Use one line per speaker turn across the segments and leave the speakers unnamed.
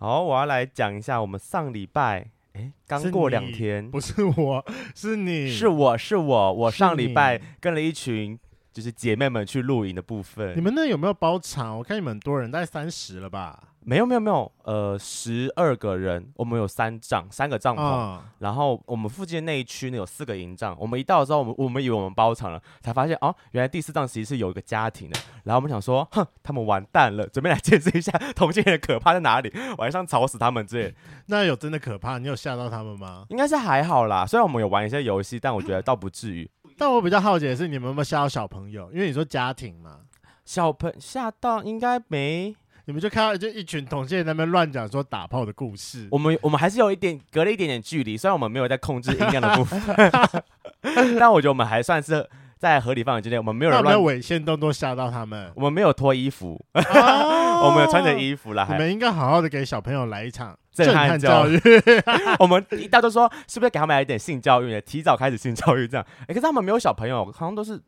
好，我要来讲一下我们上礼拜，哎，刚
是
过两
你
天，
不是我，是你，
是我是我，我
是
上礼拜
你
跟了一群就是姐妹们去露营的部
你
分，
们那有没有包场？我看你们很多人，大概三十了吧？
没有没有没有，呃，十二个人，我们有三帐，三个帐篷，
啊、
然后我们附近那一区呢有四个营帐，我们一到的时候，我们我们以为我们包场了，才发现哦，原来第四帐其实是有一个家庭的。然后我们想说，哼，他们完蛋了，准备来见识一下 同性恋的可怕在哪里，晚上吵死他们之类的。
那有真的可怕？你有吓到他们吗？
应该是还好啦，虽然我们有玩一些游戏，但我觉得倒不至于。
但我比较好奇的是，你们有没有吓到小朋友？因为你说家庭嘛，
小朋吓到应该没，
你们就看到就一群同性恋在那边乱讲说打炮的故事。
我们我们还是有一点隔了一点点距离，虽然我们没有在控制音量的部 分，但我觉得我们还算是在合理范围之内，我们没有
那
人
有没有
乱，？
猥亵动作吓到他们
我们没有脱衣服，
我
我们有穿着衣服啦，
你
还
哦们应该好好的给小朋友来一场
震撼
撼
教
教育。
我们一到就说是不是给他们来一点性教育呢？提早开始性教育这样。哎、可是他们没有小朋友，好像都是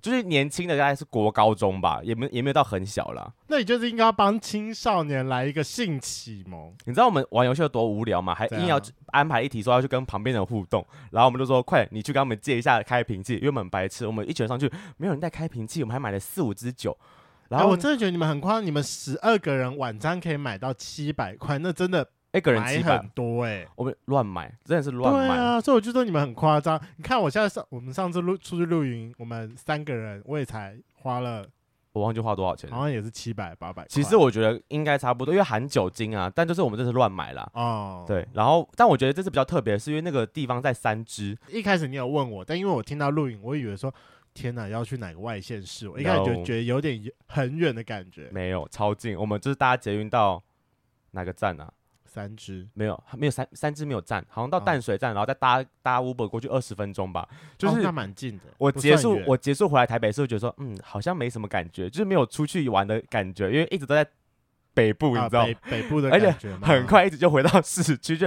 就是年轻的，大概是国高中吧，也没也没有到很小啦。
那你就是应该要帮青少年来一个性启蒙。
你知道我们玩游戏有多无聊吗？还
怎样
硬要安排一题说要去跟旁边人互动，然后我们就说快，你去跟他们借一下开瓶器，因为我们很白痴，我们一群人上去没有人带开瓶器，我们还买了四五支酒，然
然
后
哎后、我真的觉得你们很夸张，你们十二个人晚餐可以买到七百块，那真的
哎一个人
买
七百
很，多哎、
我们乱买，真的是乱
对
买。
啊，所以我就说你们很夸张。你看我现在上，我们上次露出去露营，我们三个人我也才花了，
我忘记花多少钱了。
好像也是七百八百。
其实我觉得应该差不多，因为含酒精啊，但就是我们真的是乱买啦。
哦，，
对，然后但我觉得这次比较特别，是因为那个地方在三支，
一开始你有问我，但因为我听到露营，我以为说天哪，要去哪个外县市？我一开始
No
就觉得有点很远的感觉。
没有超近，我们就是搭捷运到哪个站啊？
三只，
没有，没有三三支没有站，好像到
哦
淡水站，然后再搭搭 Uber 过去二十分钟吧。就
哦
是
那蛮近的。
我
不
结
算
束
远
我结束回来台北是觉得说，嗯，好像没什么感觉，就是没有出去玩的感觉，因为一直都在北部，你
啊
知道吗
北？北部的
而且
感觉吗？
很快一直就回到市区，就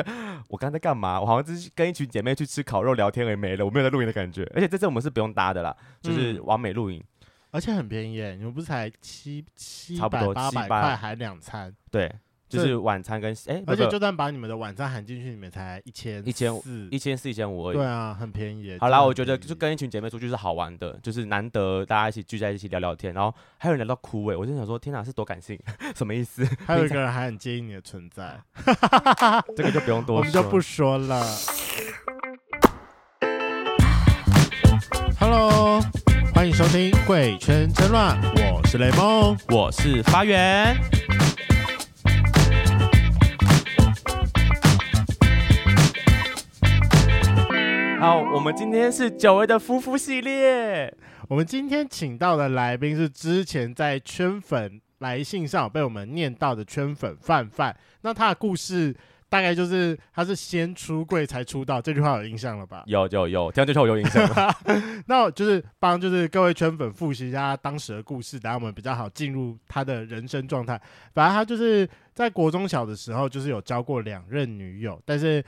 我刚才在干嘛？我好像只是跟一群姐妹去吃烤肉聊天而已，没了，我没有在露营的感觉。而且这次我们是不用搭的啦，就是
嗯
完美露营。
而且很便宜耶，你们不是才七七
差不
百
多
八
700
百块还两餐，
对，就
这
是晚餐跟哎，
而且就算把你们的晚餐含进去，你们才一千四
一，千四、一千五而
对
已。
啊，很便宜耶。
好
真的嗯
啦，
很
我觉得
便宜
就跟一群姐妹出去是好玩的，就是难得大家一起聚在一起聊聊天，然后还有人聊到哭哎、我真的想说天哪，是多感性， 什么意思？
还有一个人还很介意你的存在，
这个就不用
我
多
们
说。
就不说了。Hello，欢迎收听《贵圈争乱》，我是雷梦。
我是发源，好，我们今天是久违的夫妇系列，
我们今天请到的来宾是之前在圈粉来信上有被我们念到的圈粉范范。那他的故事大概就是他是先出柜才出道，这句话有印象了吧？
有有有，这样就说我有印 象了。
那我就是帮就是各位圈粉复习一下他当时的故事，然后我们比较好进入他的人生状态。反正他就是在国中小的时候，就是有交过两任女友，但是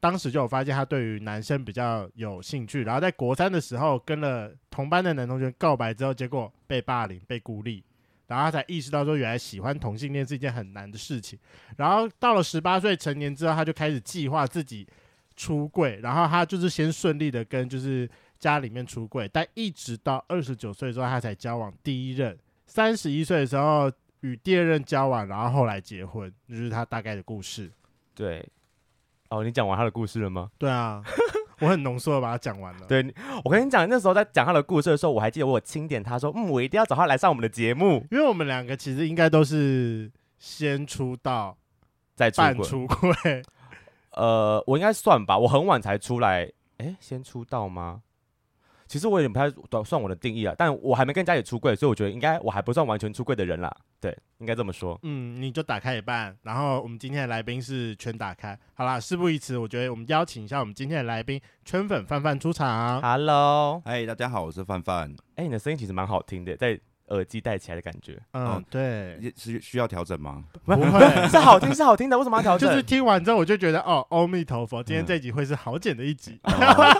当时就有发现他对于男生比较有兴趣，然后在国三的时候跟了同班的男同学告白之后，结果被霸凌、被孤立。然后他才意识到说，原来喜欢同性恋是一件很难的事情。然后到了十八岁成年之后，他就开始计划自己出柜。然后他就是先顺利的跟就是家里面出柜，但一直到二十九岁之后，他才交往第一任。三十一岁的时候与第二任交往，然后后来结婚，这就是他大概的故事。
对，哦，你讲完他的故事了吗？
对啊， 我很浓缩的把它讲完了。
对，你我跟你讲，那时候在讲他的故事的时候，我还记得我有钦点他说，嗯，我一定要找他来上我们的节目，
因为我们两个其实应该都是先出道
再出
半
轨。
出柜，
呃，我应该算吧，我很晚才出来，诶，先出道吗？其实我有点不太懂算我的定义啊，但我还没跟家里出柜，所以我觉得应该我还不算完全出柜的人啦。对，应该这么说。
嗯，你就打开一半。然后我们今天的来宾是全打开。好啦，事不宜迟，我觉得我们邀请一下我们今天的来宾圈粉范范出场。
Hello，
嗨，大家好，我是范范。
哎、你的声音其实蛮好听的，在耳机戴起来的感觉。。
嗯
嗯，
对，
也是需要调整吗？
不会
是好听是好听的，为什么要调整？
就是听完之后，我就觉得哦，阿弥陀佛，今天
哦嗯
这集会是好剪的一集，
呃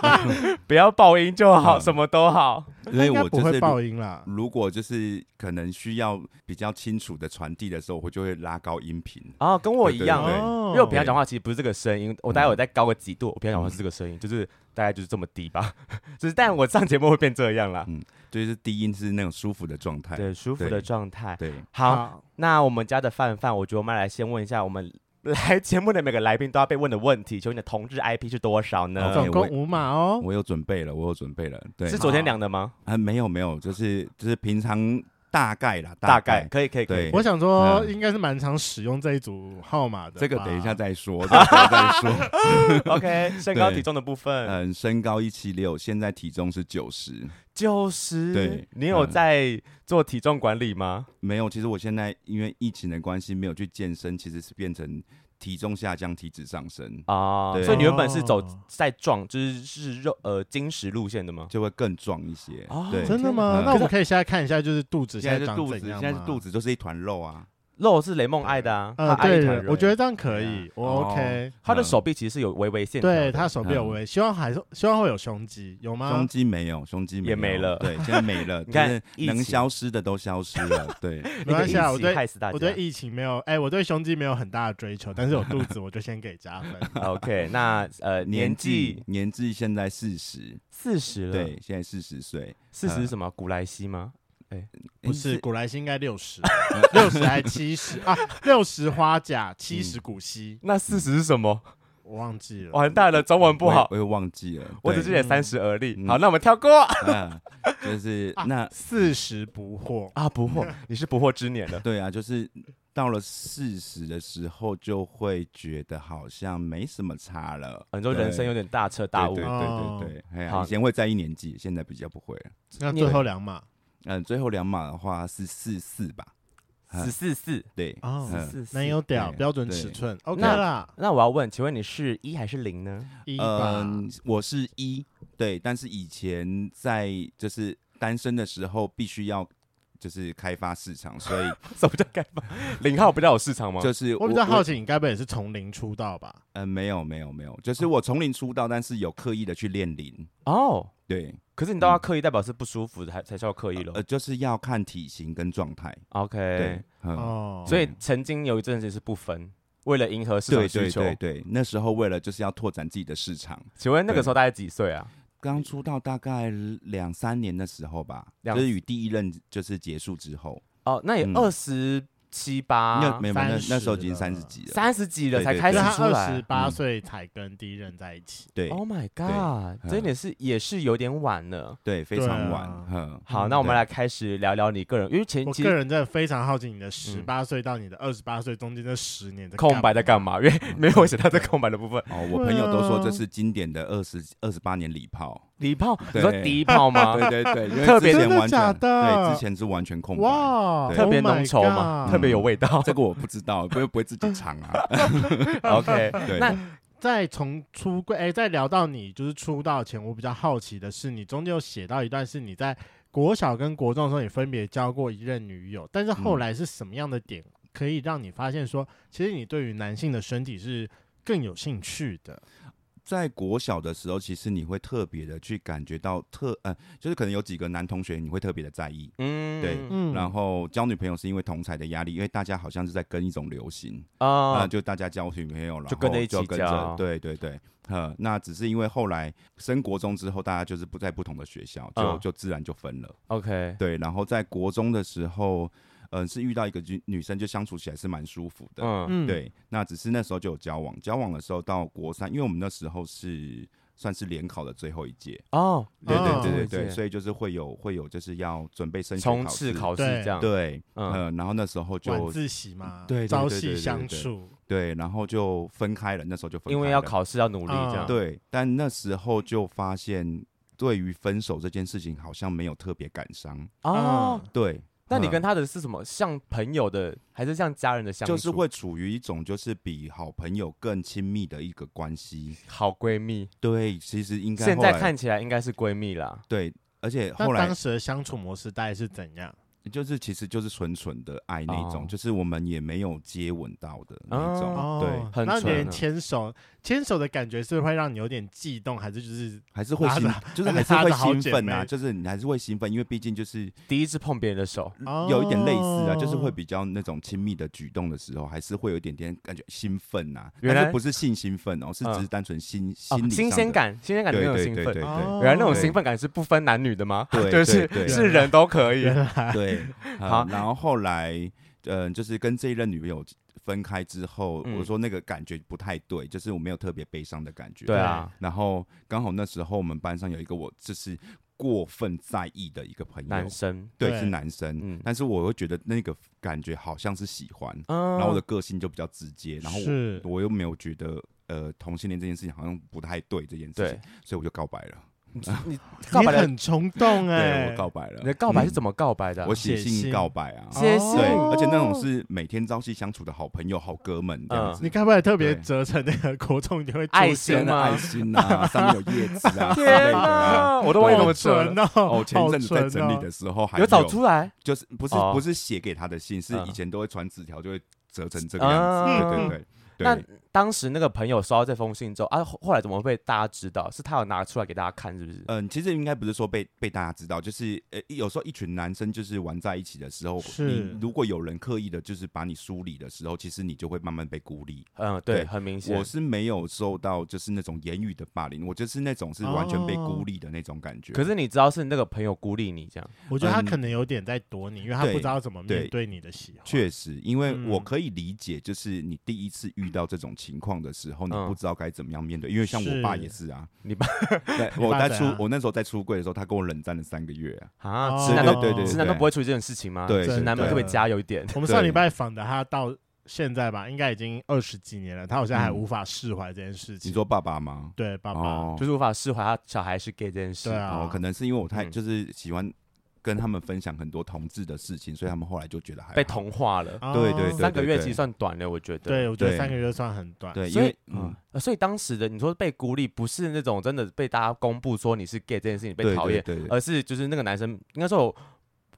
不要爆音就好，
嗯
什么都好。
因为
应该
我
不
就
会
是
爆音啦。
如果就是可能需要比较清楚的传递的时候，我就会拉高音频。
然后跟我一样，
对
哦
因为我平常讲话其实不是这个声
嗯
音，我大概有再高个几度，我平常讲话是这个声音，就是大概就是这么低吧。 就是，但我上节目会变这样啦。
就是低音是那种舒服的状态。
对，舒服的
嗯对
状态。
对，
好，，那我们家的范范，我觉得我们来先问一下我们。来节目的每个来宾都要被问的问题，求你的同志 IP 是多少呢？
好
总共五码哦。
呃我有准备了，我有准备了。对，
是昨天量的吗？
啊，没有没有，就是就是平常大概啦，
大概
概。
可以，可以，可以
对。
我想说，
嗯
应该是蛮常使用这一组号码的吧。
这个等一下再说，这个等一下再说。
OK，身高
对
体重的部分
嗯，身高一七六，现在体重是九十。
九十。
对
你有
嗯
在做体重管理吗？
没有，其实我现在因为疫情的关系，没有去健身，其实是变成体重下降，体脂上升，
啊，
对
所以你原本是走
哦
在壮，就是是肉呃精实路线的吗？
就会更壮一些。
哦
对，
真的吗？
嗯
那我们可以现在看一下，就是肚子
现
在
在是
长
肚
怎
子，
样
现在是肚
子。
子就是一团肉啊。
肉是雷梦爱的啊，他
呃，
爱一
对
团，肉
我觉得这样可以，我
哦
OK。
他的手臂其实是有微微线条的，
对 他手臂有围，希望还是希望会有胸肌，有吗
嗯胸？肌没有，胸肌
啊也
有
没了
对，现在没 了，
你
就
看
是
疫
能
情
消失的都消失了， 对，
你可
没关
以
系啊，我
一起
对
害死大
我对
家。
疫情没有，哎，我对胸肌没有很大的追求，但是有肚子我就先给加分。
OK，那 呃年纪
年纪现在四十，
四十了，
对，，现在四十岁，
四十是什么？古莱西吗？
不
诶
是，古来稀应该 六十，六十还七十啊，六十花甲，七
嗯
十古稀，
那四十是什么？
我忘记了。
完蛋了，中文不
我也
好，
我也忘记了，
嗯我
对
只记得三十而立。
嗯
好，那我们跳过
嗯就是
啊
那
四十不惑，
啊，不 惑，你是不惑之年了。
对啊，就是到了四十的时候，就会觉得好像没什么差了，
很多哦人生有点大彻大悟
对，对
哦
对对对，哎呀，
好
以前会在意年纪，现在比较不会了。
那最后两码
嗯，最后两码的话是四四吧，
十四四
对，
哦
嗯
四
男友屌
对
标准
对
尺寸 OK
那
啦，
那我要问，请问你是一还是零呢？
一吧。
嗯，我是一，对，但是以前在就是单身的时候，必须要就是开发市场，所以
什么叫干嘛？零号不叫有市场吗？
就是
我比较好奇，你该不会也是从零出道吧？
嗯，没有没有没有，
哦
就是我从零出道，但是有刻意的去练零，
哦，
对，
可是你都要刻意，代表是不舒服的，还才叫刻意
呃，
了。
就是要看体型跟状态，
OK，
对，嗯，
哦，
所以曾经有一阵子是不分，为了迎合市场
对
需
对
求。
对对，那时候为了就是要拓展自己的市场，
请问那个时候大概几岁啊？
刚出道大概两三年的时候吧，
两
就是与第一任就是结束之后，
哦，那也
嗯
二十七八，
那没有没有那
30
那时候已经
了
啊三十几了，
三十几了
对对
才
对
开
因
始
为他
出
二十
来。
八
嗯
岁才跟第一任在一起，
对
Oh my god，
嗯
这也是也是有点晚了。
对，非
对
常
啊
晚，嗯，
好，
嗯
那我们
对
来开始聊聊你个人，因为前
我
其
个
实
人真的非常好奇你的十
嗯
八岁到你的二十八岁中间这十年的
空白在干
嘛？
嘛？因为没有写到这空白的部分。
哦，我朋友都说
对啊
这是经典的二十二十八年礼炮，
礼炮，你
对
说第一炮吗？
对对对，因为
特别
之前
真的
完全
假的
对，之前是完全空白。
哇，
对
特别
Oh my
浓稠嘛，
God
特别有味道。
这个我不知道，不会不会自己尝 啊。
OK，
对，
那
在从出柜，哎、在聊到你就是出道前，我比较好奇的是，你中间有写到一段是你在国小跟国中的时候，你分别交过一任女友，但是
嗯
后来是什么样的点可以让你发现说，其实你对于男性的身体是更有兴趣的？
在国小的时候，其实你会特别的去感觉到特，呃，就是可能有几个男同学你会特别的在意。
嗯，
对
嗯，
然后交女朋友是因为同才的压力，因为大家好像是在跟一种流行，那、
啊，
就大家交女朋友了，
就跟着一起
然后就跟
交
着，对对对，呃，那只是因为后来升国中之后，大家就是不在不同的学校，就、
嗯
就自然就分了。
OK，
对，然后在国中的时候，嗯、是遇到一个女女生，就相处起来是蛮舒服的。
嗯，
嗯，
对，那只是那时候就有交往，交往的时候到国三，因为我们那时候是算是联考的最后一届，
哦，
对
哦
对对
最后一
对
届
对，所以就是会有会有就是要准备升学
冲刺
试
考试
对
这样，，
对，
嗯，
呃，然后那时候
晚
就嗯
自习嘛，
对对对
朝
对对
夕
对
相
对
处，
对，然后就分开了，那时候就分开
因为要
了
考试要努力这样，
嗯，
对，但那时候就发现对于分手这件事情好像没有特别感伤，
哦。
嗯
对，
那你
嗯
跟他的是什么？像朋友的，还是像家人的相处？
就是会处于一种就是比好朋友更亲密的一个关系。
好闺蜜。
对，其实应该
现
后
在
来
看起来应该是闺蜜啦。
对，而且
那
后来
当时的相处模式大概是怎样？
就是其实就是纯纯的爱那
哦
种，就是我们也没有接吻到的那种，
哦
对，
很
那你
纯
连
啊
牵手，牵手的感觉是会让你有点悸动，还是就是
还是会
拉着
兴，就是还是
拉着
会
好
兴
姐
奋
妹
欸
啊，就是你还是会兴奋，因为毕竟就是
第一次碰别人的手，
有一点类似啊，就是
哦
会比较那种亲密的举动的时候，还是会有一点点感觉兴奋呐、啊，
原来
但是不是性兴奋哦，是只是单纯心、
哦
心理、
新鲜，感，新鲜感的
对
那种
对
兴
对
奋
对。对
哦
原来那种
对
兴奋感是不分男女的吗？
对
就
对
是
对
是人都可以。
原来
对，
好
好，然后后来，嗯、就是跟这一任女友分开之后，
嗯
我说那个感觉不太对，就是我没有特别悲伤的感觉，
对啊，
然后刚好那时候我们班上有一个我就是过分在意的一个朋友
男，生，
对，
对
是男生，
嗯
但是我会觉得那个感觉好像是喜欢，
嗯
然后我的个性就比较直接，然后我
是
我又没有觉得呃同性恋这件事情好像不太对这件事
对
情，所以我就告白了。
你告
你
白的，
很冲动哎、
对我告白了。
你的告白是怎么告白的啊？
嗯？我写
写信
信告白啊。
哦
谢谢。
对，而且那
哦
种是每天朝夕相处的好朋友、好哥们这样子，
你该不会特别
对哎
折成那个国中你就会出
嗯爱
现
心
真的
吗
爱心啊，上面有叶子啊之类
天
的啊。
啊，我都忘记
对
怎
好
么折
纯
了。
哦，
哦，前阵子在整理
好纯哦
的时候还
有找出来，
就是不是
哦
不是写给他的信，是
嗯
以前都会传纸条，就会折成这个样子。对
嗯
对对
那
对，
当时那个朋友收到这封信之后啊，后后来怎么被大家知道？是他有拿出来给大家看，是不是？
嗯，其实应该不是说被被大家知道，就是呃，有时候一群男生就是玩在一起的时候，
是
你如果有人刻意的，就是把你梳理的时候，其实你就会慢慢被孤立。
嗯，对，
对
很明
我
显。
是没有受到就是那种言语的霸凌，我就是那种是完全被孤立的那种感
哦
觉。
可是你知道是那个朋友孤立你这样，
我觉得他
嗯
可能有点在躲你，因为他
对
不知道怎么面
对
对你的喜欢。
确实，因为
嗯
我可以理解，就是你第一次遇到这种情况的时候，你
嗯
不知道该怎么样面对。因为像我爸
是
也是啊，
你爸
对，
你
我
爸
在
怎
出
样
我那时候在出柜的时候，他跟我冷战了三个月啊。
啊，
哦
直男
对
都
对对对
直男都不会处理这种事情吗？
对
直男们
对
特别加油一点。
我们上
对
礼拜访的他到现在吧，应该已经二十几年了，他好像还无法释怀这件事情。
嗯你说爸爸吗？
对，爸爸，
哦
就是无法释怀他小孩是 gay 这件事
对。啊，
哦，可能是因为我太
嗯
就是喜欢跟他们分享很多同志的事情，所以他们后来就觉得还
嗯被
好
同化了。
哦
对对对
三个月其实算短了，我觉得。
对，我觉得
对
三个月算很短。
对，因
所以
为嗯
嗯，呃所以当时的你说被孤立，不是那种真的被大家公布说你是 gay 这件事情被
对
讨
对
厌，
对对
而是就是那个男生应该说有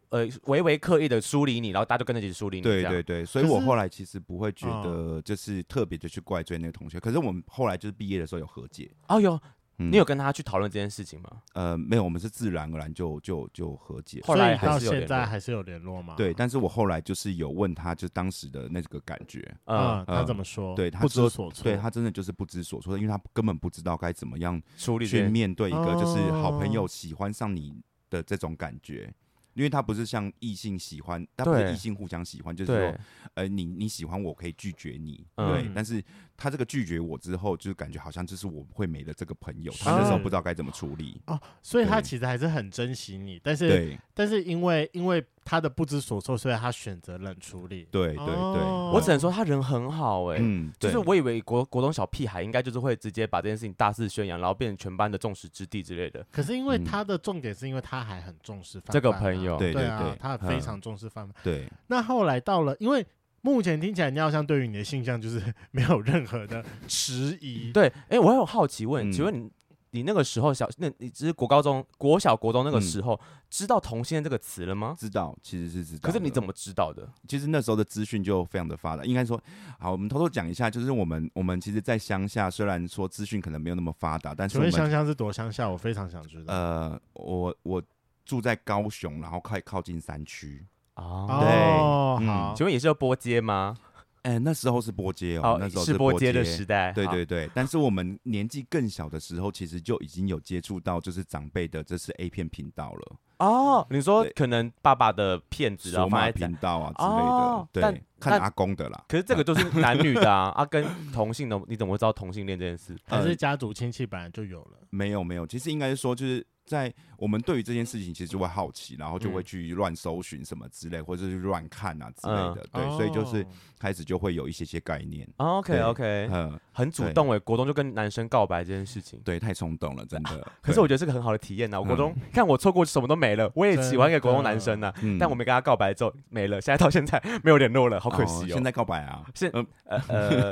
呃微微刻意的梳理你，然后大家就跟着一起梳理你这
对
样。
对对，所以
可
我
是
后来其实不会觉
嗯
得就是特别的去怪罪那个同学，可是我们后来就是毕业的时候有和解，
哦哟，
嗯
你有跟他去讨论这件事情吗？
呃没有，我们是自然而然就就就和解。
后
所
来
以
还
到
是有
现
联
在
络
还是有联络吗？
对，，但是我后来就是有问他，就当时的那个感觉，
嗯
嗯，，他
嗯
怎么说？
对他
不
说
知所措。
对他真的就是不知所措，因为他根本不知道该怎么样
处理这
去
件
面对一个就是好朋友
哦
喜欢上你的这种感觉，因为他不是像异性喜欢，他不是
对
异性互相喜欢，就是说
对，
呃，你你喜欢我可以拒绝你，
嗯
对
嗯，
但是他这个拒绝我之后，就是感觉好像就是我会没了这个朋
嗯
友，他那时候
是
不知道该怎么处理，
哦，所以他
对
其实还是很珍惜你，但是
对
但是因为因为他的不知所措，所以他选择冷处理。
对对对，
哦
我只能说他人很好哎、
嗯，
就
对
是我以为国国中小屁孩应该就是会直接把这件事情大肆宣扬，然后变成全班的众矢之的之类的。
可是因为
嗯
他的重点是因为他还很重视范
这个
范啊
朋友
对
对
对
啊，
对
他
嗯
非常重视范范。
对
那后来到了，因为目前听起来你好像对于你的性向就是 没有任何的迟疑。
对，哎、我有好奇问，
嗯
请问你你那个时候小那你只是国高中国小国中那个时候、知道同性恋这个词了吗？
嗯知道其实是知道
可
的，
是你怎么知道的？
其实那时候的资讯就非常的发达，应该说，好，我们偷偷讲一下，就是我们我们其实，在乡下虽然说资讯可能没有那么发达，但是
请
我
问
们
香香是多乡下？我非常想知道。
呃，我我住在高雄，然后快靠近山区，
哦，
哦，
对嗯
好
请，问也是要波街吗？
哎、那时候是波街哦，
哦，
那时候
是
波
街的时代。
对
好，
对对，但是我们年纪更小的时候，其实就已经有接触到就是长辈的这是 A 片频道了，
哦，你说
对
可能爸爸的片子然
索
后放
马
在家
频道啊之
哦
类的，
但
对，看
那
阿公的啦。
可是这个就是男女的 啊，啊，跟同性的你怎么会知道同性恋这件事？
还是
呃
家族亲戚本来就有了。
没有没有，其实应该是说就是。在我们对于这件事情，其实就会好奇，然后就会
嗯
去乱搜寻什么之类，或者是乱看啊之类的，对，
哦
所以就是开始就会有一些些概念，
哦，OK
对
OK，
嗯，
很主
对
动欸诶，国中就跟男生告白这件事情。
对，太嗯冲动了，真的。
可是我觉得是个很好的体验啊呐、我国中、看我错过什么都没了，我也喜欢一个国中男生呐、
对，嗯
但我没跟他告白之后没了，现在到现在 没有联络了，好可惜
哦
哦。
现在告白 啊，
是
嗯
呃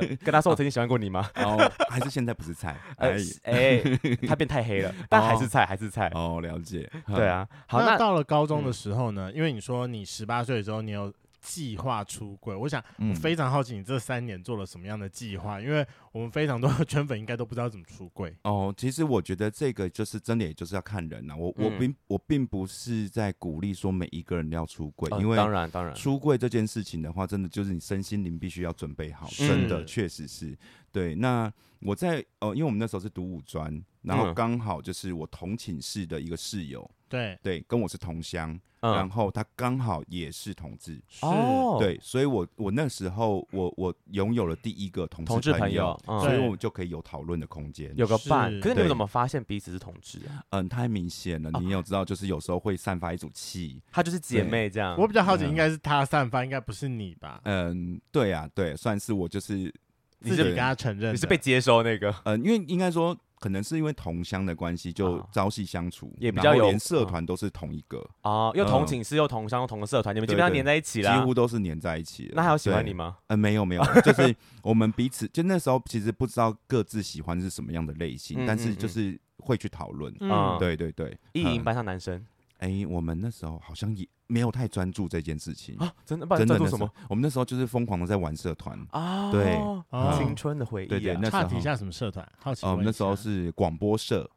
呃，跟他说我曾经喜欢过你吗？
然后还是现在不是菜，
呃
哎，
哎，他变太黑了，但还是菜，还是菜。态。
哦，了解。
对啊，好，那
到了高中的
嗯
时候呢，因为你说你十八岁的时候，你有计划出柜，我想
嗯，
我非常好奇你这三年做了什么样的计划，因为我们非常多的圈粉应该都不知道怎么出柜。
哦，其实我觉得这个就是真的，也就是要看人呐、啊我我
嗯
并、我并不是在鼓励说每一个人都要出柜，
呃
因为
当然当然，
出柜这件事情的话，真的就是你身心灵必须要准备好，
是
真的确实是对。那我在哦、因为我们那时候是读五专，然后
嗯
刚好就是我同寝室的一个室友，
对，
对，跟我是同乡，然
嗯，
后他刚好也是同志，
是
哦，，
对，所以我我那时候我我拥有了第一个同
同
志
志朋
友
友，，嗯
所以
对
我们就可以有讨论的空间。
有个
是
伴，可是你们
对
怎么发现彼此是同志啊？
嗯，太明显了，
哦
你有知道，就是有时候会散发一组气。
她就是姐妹这样，
我比较好奇，
嗯
应该是他散发，应该不是你吧？
嗯，对啊，对，算是我就是，
你
自己
是
跟他承认的，
你是被接收那个，
嗯，因为应该说，可能是因为同乡的关系，就
啊
朝夕相处，
也比
然
较
后
有嗯
连社团都是同一个，
哦，又同
嗯
寝室又同乡又同个社团，你们基
对
本上
对
黏在一起
几
啦。
乎都是黏在一起的。
那还有喜欢
对
你？吗？
呃，没有没有，就是我们彼此，就那时候其实不知道各自喜欢是什么样的类型，
嗯
但是
嗯嗯
就是会去讨论。
嗯
对对对，
意
嗯
淫班上男生
哎、我们那时候好像也没有太专注这件事情，
啊，真的不然
嗯真的
在做
那
什
时候
么？
我们那时候就是疯狂的在玩社团，呃
啊？
对嗯
哦
青春的回忆啊。
对对，那
差
时
底
候。
下什么社团？好奇
哦，我
问一下。
们那时候是嗯广播社，
哦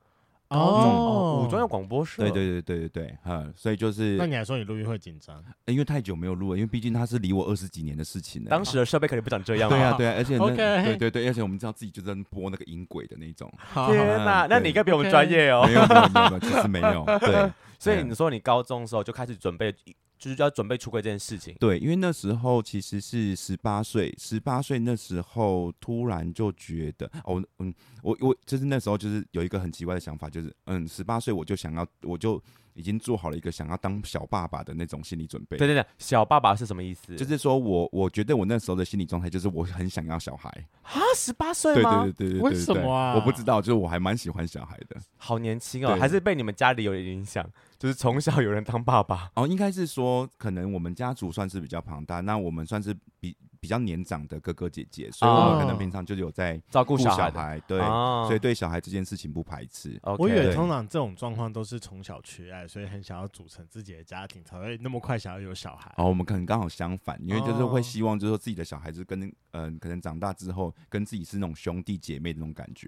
哦，，
武装有广播社，
对，对对对对对，哈，所以就是
那你还说你录音会紧张？
因为太久没有录了，因为毕竟它是离我二十几年的事情了。
当时的设备肯定不长这样
对
啊。
啊对啊，而且那
OK
对对对，而且我们知道自己就在播那个音轨的那种，
好
天
好
哪，
嗯
那你应该比我们
OK
专业哦
没。有没有没有，没有其实没 有，对
所以你说你高中的时候就开始准备，就是要准备出柜这件事情。
对，因为那时候其实是十八岁，十八岁那时候突然就觉得，哦，嗯，我我就是那时候就是有一个很奇怪的想法，就是嗯，十八岁我就想要，我就已经做好了一个想要当小爸爸的那种心理准备
对。对对，小爸爸是什么意思？
就是说我，我觉得我那时候的心理状态就是我很想要小孩，
啊，十八岁
对
吗？
对对对对对，
为什么啊
我不知道，就是我还蛮喜欢小孩的。
好年轻哦，
对
还是被你们家里有影响，就是从小有人当爸爸。
哦，应该是说，可能我们家族算是比较庞大，那我们算是比比较年长的哥哥姐姐，所以我们可能
哦
平常就有在
照顾
顾
小
小
孩的，
孩，对，
啊哦
所以对小孩这件事情不排斥。
OK，
我以为
对
通常这种状况都是从小缺爱，所以很想要组成自己的家庭，才会那么快想要有小孩。
哦，我们可能刚好相反，因为就是
哦
会希望，就是说自己的小孩子跟嗯、可能长大之后跟自己是那种兄弟姐妹的那种感觉。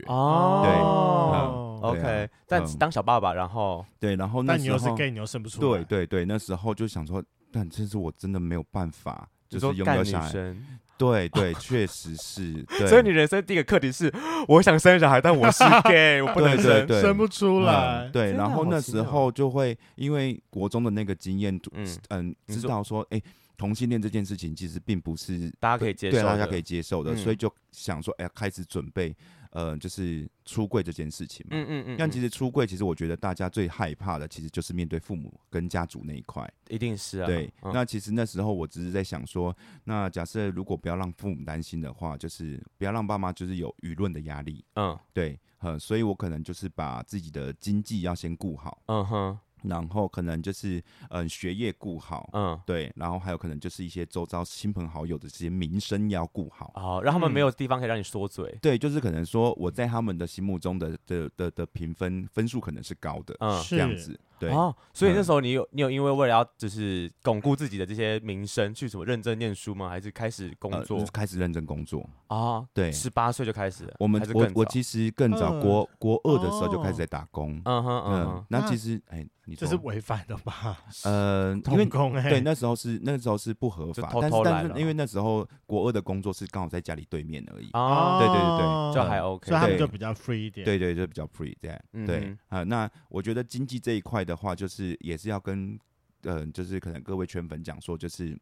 哦，
对嗯
OK，、
对啊
但
嗯
当小爸爸，然后
对，然后那
但你
时
又
候
是 gay，你又生不出
对
来。
对对，那时候就想说，但其实我真的没有办法，
你
就
说
是拥
干
有
女
小孩。
生，
对对，确实 是。对
所以你人生第一个课题是，我想生小孩，但我是 gay，我不能
对
生。
对对，
生不出来
嗯。对，
天
然
哪
后
好
那
奇
时
妙
候就会因为国中的那个经验，
嗯
嗯嗯，
你
知
说
道说，哎、同性恋这件事情其实并不是
大家可以接受
对
的，
大家可以接受的，所以
嗯
就想说，哎、开始准备，呃，就是出柜这件事情嘛。
嗯，嗯嗯嗯，
但其实出柜，其实我觉得大家最害怕的，其实就是面对父母跟家族那一块。
一定是啊。
对，
嗯
那其实那时候我只是在想说，那假设如果不要让父母担心的话，就是不要让爸妈就是有舆论的压力。
嗯
对，呃，所以我可能就是把自己的经济要先顾好，
嗯哼
然后可能就是嗯、呃学业顾好，
嗯，
对，然后还有可能就是一些周遭亲朋好友的这些名声要顾好。
哦，让他们
嗯
没有地方可以让你说嘴。
对，就是可能说我在他们的心目中的的的的评分分数可能是高的，
嗯，
是
这样子。对，
哦，所以那
嗯
时候你有你有因为为了要就是巩固自己的这些名声，去什么认真念书吗？还是开始工
呃，就
作
是开始认真工作。
啊？
对，
十八岁就开始了，
我们
还是
我
更
我
早
其实更早
嗯
国国二的时候就开始
哦
在打工。
嗯哼嗯
嗯
哼，，
那
那
其实哎，你
这
说
是违反的 吧？
呃，因为
童工哎，
对，那时候是那时候是不合
就
法，
偷
但是
偷来
但
了
是因为那时候国二的工作是刚好在家里对面而已，
啊，
嗯对对对
就
嗯
还 OK，
所以他们
对
就比较 free 一点。
对对，就比较 free 这样。
嗯
对啊、那我觉得经济这一块的话，就是也是要跟嗯、呃就是可能各位圈粉讲说，就是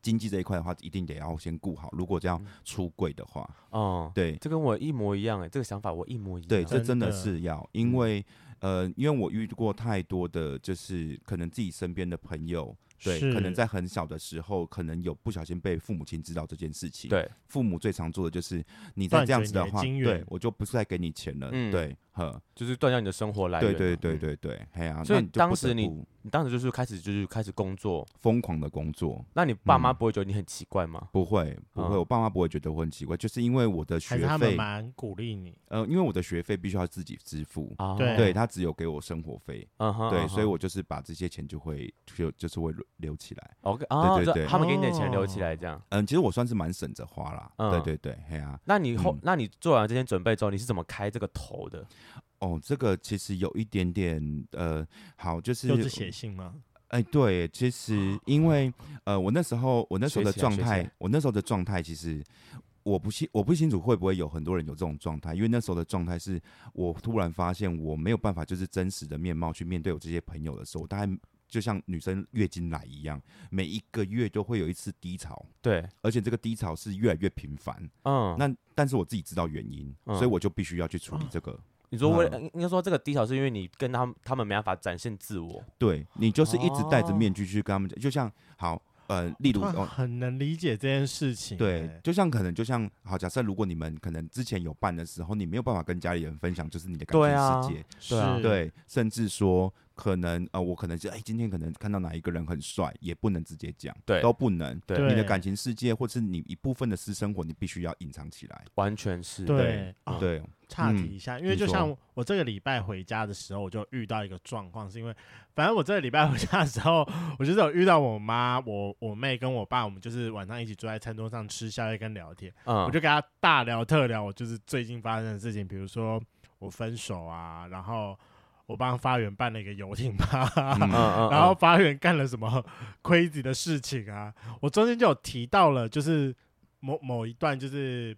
经济这一块的话，一定得要先顾好。如果这样
嗯
出柜的话，
哦，
对
这跟我一模一样哎，这个想法我一模一样。
对，这
真
真的
的
是要，
嗯
因为呃，因为我遇过太多的就是可能自己身边的朋友。对，可能
是
在很小的时候，可能有不小心被父母亲知道这件事情。
对，
父母最常做的就是，你再
断
这样
绝
子
你
的
的
话，
金
对
源
我就不再给你钱了。
嗯
对，呵，
就是断掉你的生活来源。
对对对
嗯，
对对，哎呀、
所以
那你就
当
不得
时你
不
你当时就是开始就是开始工作，
疯狂的工作，
那你爸妈
嗯
不会觉得你很奇怪吗？
不会不会，
嗯
我爸妈不会觉得我很奇怪，就是因为我的
还是
学
他们
费，
蛮鼓励你，
呃，因为我的学费必须要自己支付，
啊，
对
对他只有给我生活费，
嗯哼，
对，
嗯
所以
哼
我就是把这些钱就会就就是会留留起来。
OK 啊，
对
就
对
他们给你点钱留起
哦
来这样。
嗯，其实我算是蛮省着花啦。
嗯
对对对，嘿啊，
那你后
嗯，
那你做完这些准备之后，你是怎么开这个头的？
哦，这个其实有一点点呃，好，就是
就是写信吗？
哎，对，其实因为呃，我那时候我那时候的
学起来
状
学起
态
来，
我那时候的状态其实。我不清我不清楚会不会有很多人有这种状态，因为那时候的状态是我突然发现我没有办法就是真实的面貌去面对我这些朋友的时候，我大概就像女生月经来一样，每一个月都会有一次低潮，
对，
而且这个低潮是越来越频繁。
嗯，
那但是我自己知道原因，
嗯
所以我就必须要去处理这个。
你说为
嗯
应应该说这个低潮是因为你跟他们他们没办法展现自我，
对你就是一直
哦
戴着面具去跟他们讲，就像好呃，例如
他
哦，
很能理解这件事情、
对
哎，
就像可能就像好，假设如果你们可能之前有伴的时候，你没有办法跟家里人分享，就是你的感
对啊
情世界，
对啊
是，
对，甚至说可能呃，我可能是哎，今天可能看到哪一个人很帅，也不能直接讲，
对
都不能。
对
对
你的感情世界，或是你一部分的私生活，你必须要隐藏起来。
完全是
对啊
对，
岔题
嗯
一下，因为
你
就
说
像我这个礼拜回家的时候，我就遇到一个状况，是因为反正我这个礼拜回家的时候，我就是有遇到我妈、我我妹跟我爸，我们就是晚上一起坐在餐桌上吃宵夜跟聊天，
嗯，
我就跟她大聊特聊，我就是最近发生的事情，比如说我分手啊，然后我帮发源办了一个游艇吧。
嗯嗯，
然后
嗯
发源干了什么 crazy 的事情啊？我中间就有提到了，就是某某一段，就是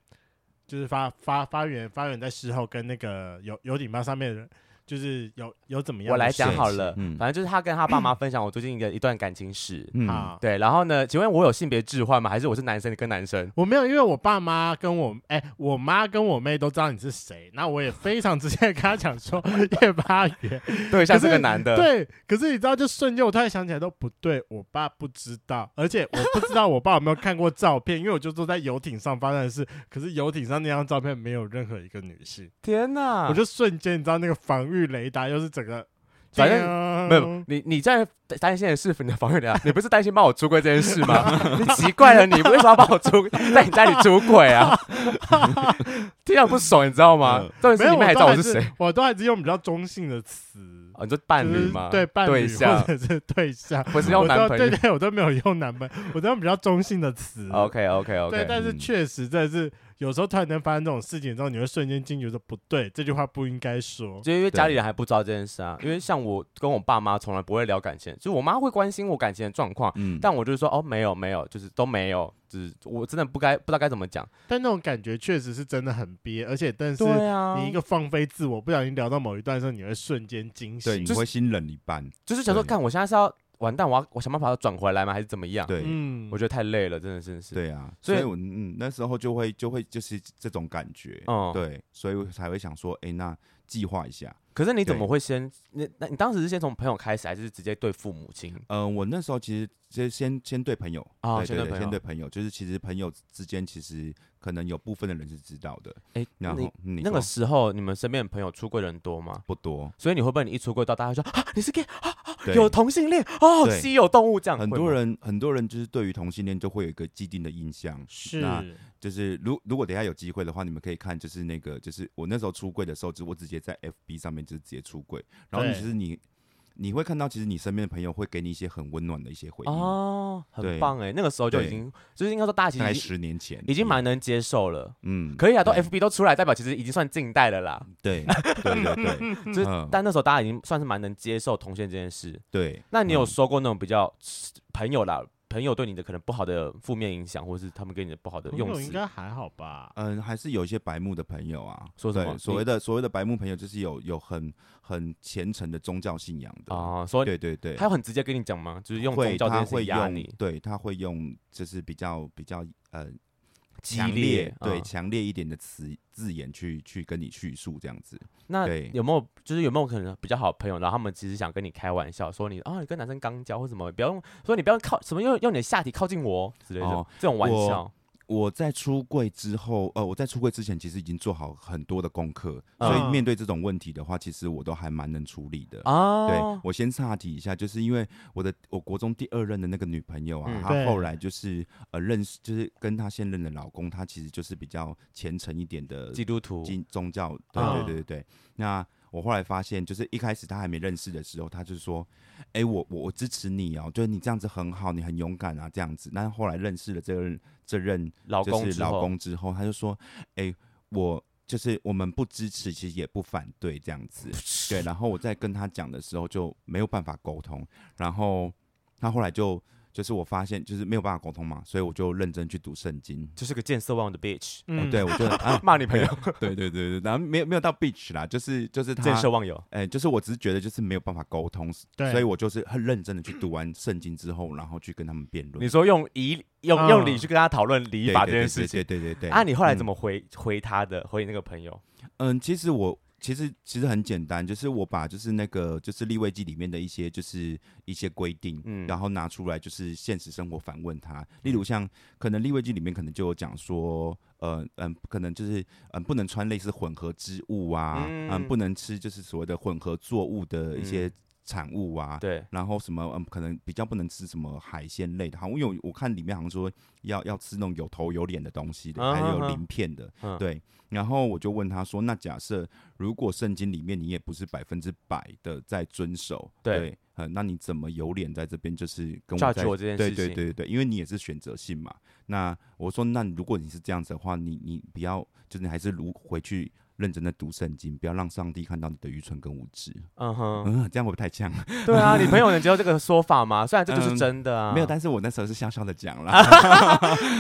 就是发发发源发源在事后跟那个有有顶包上面的人，就是有有怎么样？
我来讲好了，
嗯
反正就是他跟他爸妈分享我最近一个一段感情史，
嗯，
啊，
对，然后呢，请问我有性别置换吗？还是我是男生跟男 生？
我没有，因为我爸妈跟我哎、我妈跟我妹都知道你是谁，那我也非常直接地跟她讲说 叶发源，
对象是
可
个
是
男的，
对，可是你知道，就瞬间我突然想起来，都不对，我爸不知道，而且我不知道我爸有没有看过照片，因为我就都在游艇上发生的事，可是游艇上那张照片没有任何一个女性，
天哪！
我就瞬间你知道那个防御雷达又是整个，
反正
正
没有你，你在担心的是你的防御力啊！ 你不是担心帮我出轨这件事吗？你奇怪了，你为什么要帮我 出在你家里出轨啊？听到不爽，你知道吗
嗯？
重点是
没有，
你们还知
都
道我
还
是
是
谁
我都还是用比较中性的词，
哦，你说伴
就
侣
是
吗？
对伴侣
对
或
象，
者是对象，
不是
我
用
都
男朋友
对。对，我都没有用男朋友，我都用比较中性的词。
OK OK
对，
OK，
但是
嗯
确实真的是有时候突然能发生这种事情之后，你会瞬间惊觉说不对，这句话不应该说。
就因为家里人还不知道这件事啊。因为像我跟我爸妈从来不会聊感情，就是我妈会关心我感情的状况，
嗯，
但我就是说哦，没有没有，就是都没有，就是我真的不该不知道该怎么讲。
但那种感觉确实是真的很憋，而且但是
对啊，
你一个放飞自我，不小心聊到某一段的时候，你会瞬间惊
对，
醒。
你会心冷一半，
就是想说，
对
看我现在是要完蛋，我要我想办法要转回来吗？还是怎么样？
对，
嗯，
我觉得太累了，真的真的是。，
对啊，
啊所
所
以
以我嗯那时候就会就会就是这种感觉，
嗯
对，所以我才会想说，哎、那计划一下。
可是你怎么
对
会先？你那你当时是先从朋友开始，还是直接对父母亲？
嗯、我那时候其实先先先对朋友
啊
对
先
对
对
对，
朋
先
友
对朋友，就是其实朋友之间其实可能有部分的人是知道的，
哎，
然
你
后嗯你
那个
说
时候你们身边的朋友出柜人多吗？
不多，
所以你会不会你一出柜到大家说啊你是 gay
对
有同性恋哦
对
稀有动物这样？
很
会
多
吗
人很多人就是对于同性恋就会有一个既定的印象，
嗯是
那就是如如果等一下有机会的话，你们可以看，就是那个，就是我那时候出柜的时候，就我直接在 FB 上面就是直接出柜，然后你
对
其实你你会看到，其实你身边的朋友会给你一些很温暖的一些回应。
哦，很
对
棒哎，那个时候就已
对
经就是应该说大家
大概
其实
十年前
已经蛮能接受了。
嗯，
可以啊，都
对嗯
FB 都出来，代表其实已经算近代了啦。
对对对对
就是
嗯，
但那时候大家已经算是蛮能接受同性这件事。
对。
那你有
嗯
收过那种比较朋友啦，朋友对你的可能不好的负面影响，或是他们给你的不好的
朋
用
友应
词？
该还好吧？
嗯，还是有一些白目的朋友啊，
说什么
对所谓的所谓的白目朋友，就是有有很很虔诚的宗教信仰的，
啊，所以
对对对，
他有很直接跟你讲吗？就是用宗
会
教这
他
件事
会
情压
用
你，
对他会用就是比较比较呃
激
强
烈
烈，对
嗯
强烈一点的词字眼去去跟你叙述这样子。
那
对
有没有就是有没有可能比较好的朋友，然后他们其实想跟你开玩笑，说你啊你跟男生刚交或什么，不要用说你不要靠什么用用你的下体靠近我之类的
哦
这种玩
我
笑。
我在出柜之后，呃，我在出柜之前其实已经做好很多的功课，
嗯
所以面对这种问题的话，其实我都还蛮能处理的。
啊，
对，我先岔题一下，就是因为我的我国中第二任的那个女朋友啊
嗯，
她
对
后来就是呃认识，就是跟她现任的老公，她其实就是比较虔诚一点的
基督嗯徒
进宗教，对
啊
对对对对。那我后来发现，就是一开始他还没认识的时候，他就说：“哎、我我我支持你哦，就是你这样子很好，你很勇敢啊，这样子。”但后来认识了这任这任
老公
就是
之
老
后
公之后，他就说：“哎、我就是我们不支持，其实也不反对这样子。”对，然后我在跟他讲的时候就没有办法沟通，然后他后来就就是我发现就是没有办法沟通嘛，所以我就认真去读圣经。
就是个见色忘友的 bitch，
嗯，
嗯，
对，我就啊，
骂你朋友
对对对对，然后没有没有到 beach 啦，就是就是 他
见，色忘友，
哎、就是我只是觉得就是没有办法沟通，
对，
所以我就是很认真的去读完圣经之后，然后去跟他们辩论
你。说用仪用
嗯
用理去跟他讨论礼
对
法这
对
件
对
事情
对对对对对。
啊？你后来怎
嗯
么回回他的？回你那个朋友？
嗯，其实我其实其实很简单，就是我把就是那个就是立位记里面的一些就是一些规定，
嗯
然后拿出来就是现实生活反问他。例如像可能立位记里面可能就有讲说，呃嗯，可能就是嗯不能穿类似混合织物啊，嗯
嗯
不能吃就是所谓的混合作物的一些
嗯
产物啊。
对，
然后什么嗯，可能比较不能吃什么海鲜类的，好像有我看里面好像说要要吃那种有头有脸的东西的，
啊
还
哈
有
哈
鳞片的，
嗯
对。然后我就问他说，那假设如果圣经里面你也不是百分之百的在遵守，
对
对，呃那你怎么有脸在这边就是跟我
judge
在
我这件
对
事情，
对对对对，因为你也是选择性嘛。那我说，那如果你是这样子的话，你你不要，就是你还是如回去认真的读圣经，不要让上帝看到你的愚蠢跟无知。
嗯哼，
嗯，这样会不会太呛？
对啊，你朋友能接受这个说法 吗？虽然这就是
嗯
真的啊，
没有，但是我那时候是笑笑的讲啦。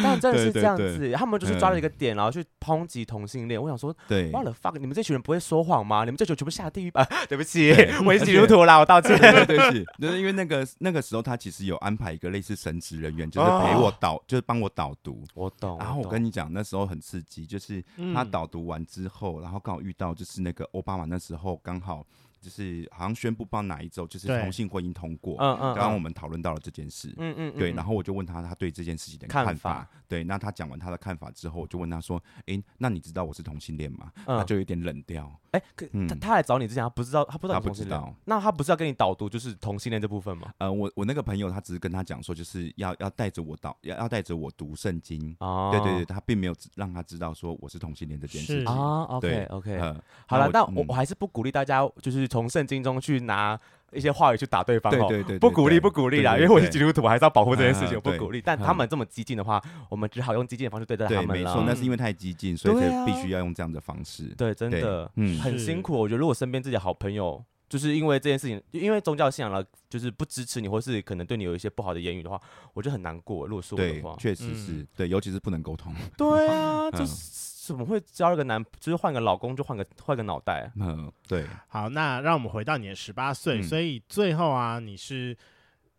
但真的
对
是这
对
样
对
子，他们就是
嗯
抓了一个点，然后去抨击同性恋。我想说，
对，
哇了 fuck，你们这群人不会说谎吗？你们这群人全部下地狱吧？ 对不起
对，
我也是
而
基
且
督徒啦，我道歉。
对对不起，就是因为那个那个时候，他其实有安排一个类似神职人员，就是陪我导，
哦
就是帮我导读。
我懂。
然 后我
懂
跟你讲，那时候很刺激，就是
嗯
他导读完之后，然后刚好遇到就是那个奥巴马那时候刚好就是好像宣布不知道哪一周就是
对
同性婚姻通过，
嗯嗯，
刚刚我
嗯
们讨论到了这件事。
嗯嗯，
对，然
后
后我就问他他对这件事情的
看
看
法
对，那他讲完他的看法之后，我就问他说：“诶，那你知道我是同性恋吗？”他
嗯，
就有点冷掉，
哎，可
嗯
他他来找你之前，他不知道他不知道
他
你
不
同性
知
恋，
道。
那他不是要跟你导读就是同性恋这部分吗？
呃，我我那个朋友他只是跟他讲说，就是要要带着我导，要要带着我读圣经。
哦，
对对对，他并没有知让他知道说我是同性恋这件事
是
情。
啊，OK
对
OK，
呃，
好了，
那
那
我
我
嗯
我还是不鼓励大家就是从圣经中去拿一些话语去打对方
对
哦。
对对，
不鼓励，不鼓励啦，因为我是基
得
督徒，我还是要保护这件事情，
嗯
我不鼓励。但他们这么激进的话，我们只好用激进的方式对待他
对，
们
没
了。
错，那是因为太激进，所以
对
才必
啊
须要用这样的方式。
对，真
对
的，
嗯
很
是
辛苦。我觉得如果身边自己的好朋友，就是因为这件事情，因为宗教信仰了，就是不支持你，或是可能对你有一些不好的言语的话，我觉得很难过。如果是我的
对
话，，
确实
嗯
是对，尤其是不能沟通。
对啊，
嗯
就是怎么会交一个男，就是换个老公就换个换个脑袋？啊
嗯，对，
好，那让我们回到你的十八岁，
嗯
所以最后啊，你是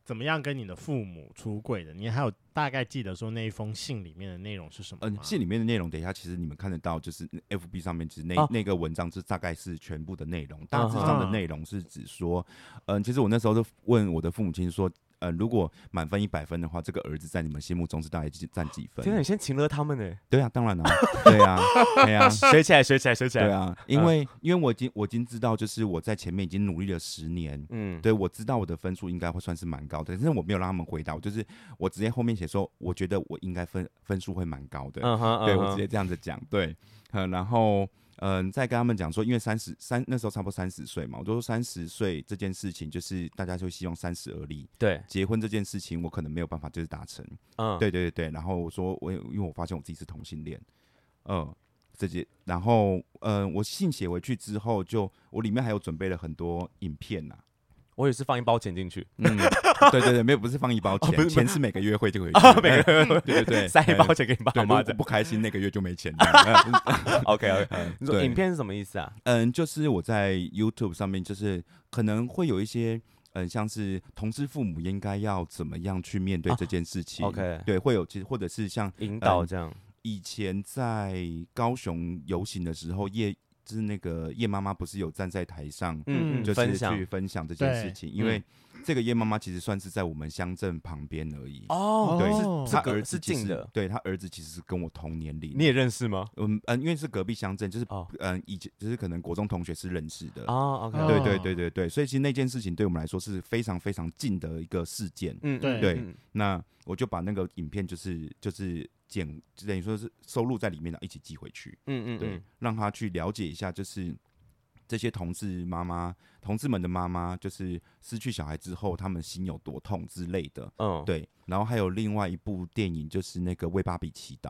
怎么样跟你的父母出柜的？你还有大概记得说那一封信里面的内容是什么
嗯
啊
吗？，
信里面的内容，等一下其实你们看得到，就是 F B 上面其实那、
哦
那个文章是大概是全部的内容，大致
嗯哼
上的内容是指说，嗯，其实我那时候就问我的父母亲说，呃，如果满分一百分的话，这个儿子在你们心目中是大概几占几分
天啊，？你先情勒他们呢？
对啊，当然了、 对啊，对啊。
学起来，学起来，学起
对
来。
啊，因为、因为我已经我已经知道，就是我在前面已经努力了十年，
嗯，
对我知道我的分数应该会算是蛮高的，但是我没有让他们回答，我就是我直接后面写说，我觉得我应该分分数会蛮高的，
嗯哼，
对
嗯
我
哼
直接这样子讲，对，嗯，然后嗯、再跟他们讲说，因为三十三那时候差不多三十岁嘛，我就说三十岁这件事情，就是大家就希望三十而立，
对，
结婚这件事情我可能没有办法就是达成，
嗯，
对对对对，然后我说我因为我发现我自己是同性恋，嗯、这些，然后嗯、呃我信写回去之后就，我里面还有准备了很多影片呐、
我也是放一包钱进去，
嗯，对对对，没有，不是放一包钱，
哦不是
钱是每个月会就可以
啊， 每个哦人
对对对，
塞一包
嗯
钱给你爸
对，如
妈
果
的。
不开心那个月就没钱这样。嗯
OK OK，
嗯
你说
对
影片是什么意思啊？
嗯，就是我在 YouTube 上面，就是可能会有一些，嗯，像是同志父母应该要怎么样去面对
啊
这件事情。
OK
对，会有其实或者是像
引导
嗯
这样。
以前在高雄游行的时候，夜就是那个叶妈妈不是有站在台上，
嗯，
嗯
就
分
是
享嗯
去分享这件事
对
情，因为这个叶妈妈其实算是在我们乡镇旁边而已。
哦
对，
哦
他
这个
儿
是
子其
近
实
的
对他儿子其实是跟我同年龄。
你也认识吗？
嗯嗯，因为是隔壁乡镇，就是
哦
嗯以前就是可能国中同学是认识的。
啊，OK，
对
哦
对对对对，所以其实那件事情对我们来说是非常非常近的一个事件。
嗯，
对
嗯
对
嗯
那我就把那个影片就是就是剪，就等于说是收录在里面，然后一起寄回去，
嗯嗯，
对，
嗯
让他去了解一下，就是这些同志妈妈、同志们的妈妈，就是失去小孩之后，他们心有多痛之类的。
嗯，
对，然后还有另外一部电影，就是那个《为芭比祈祷》。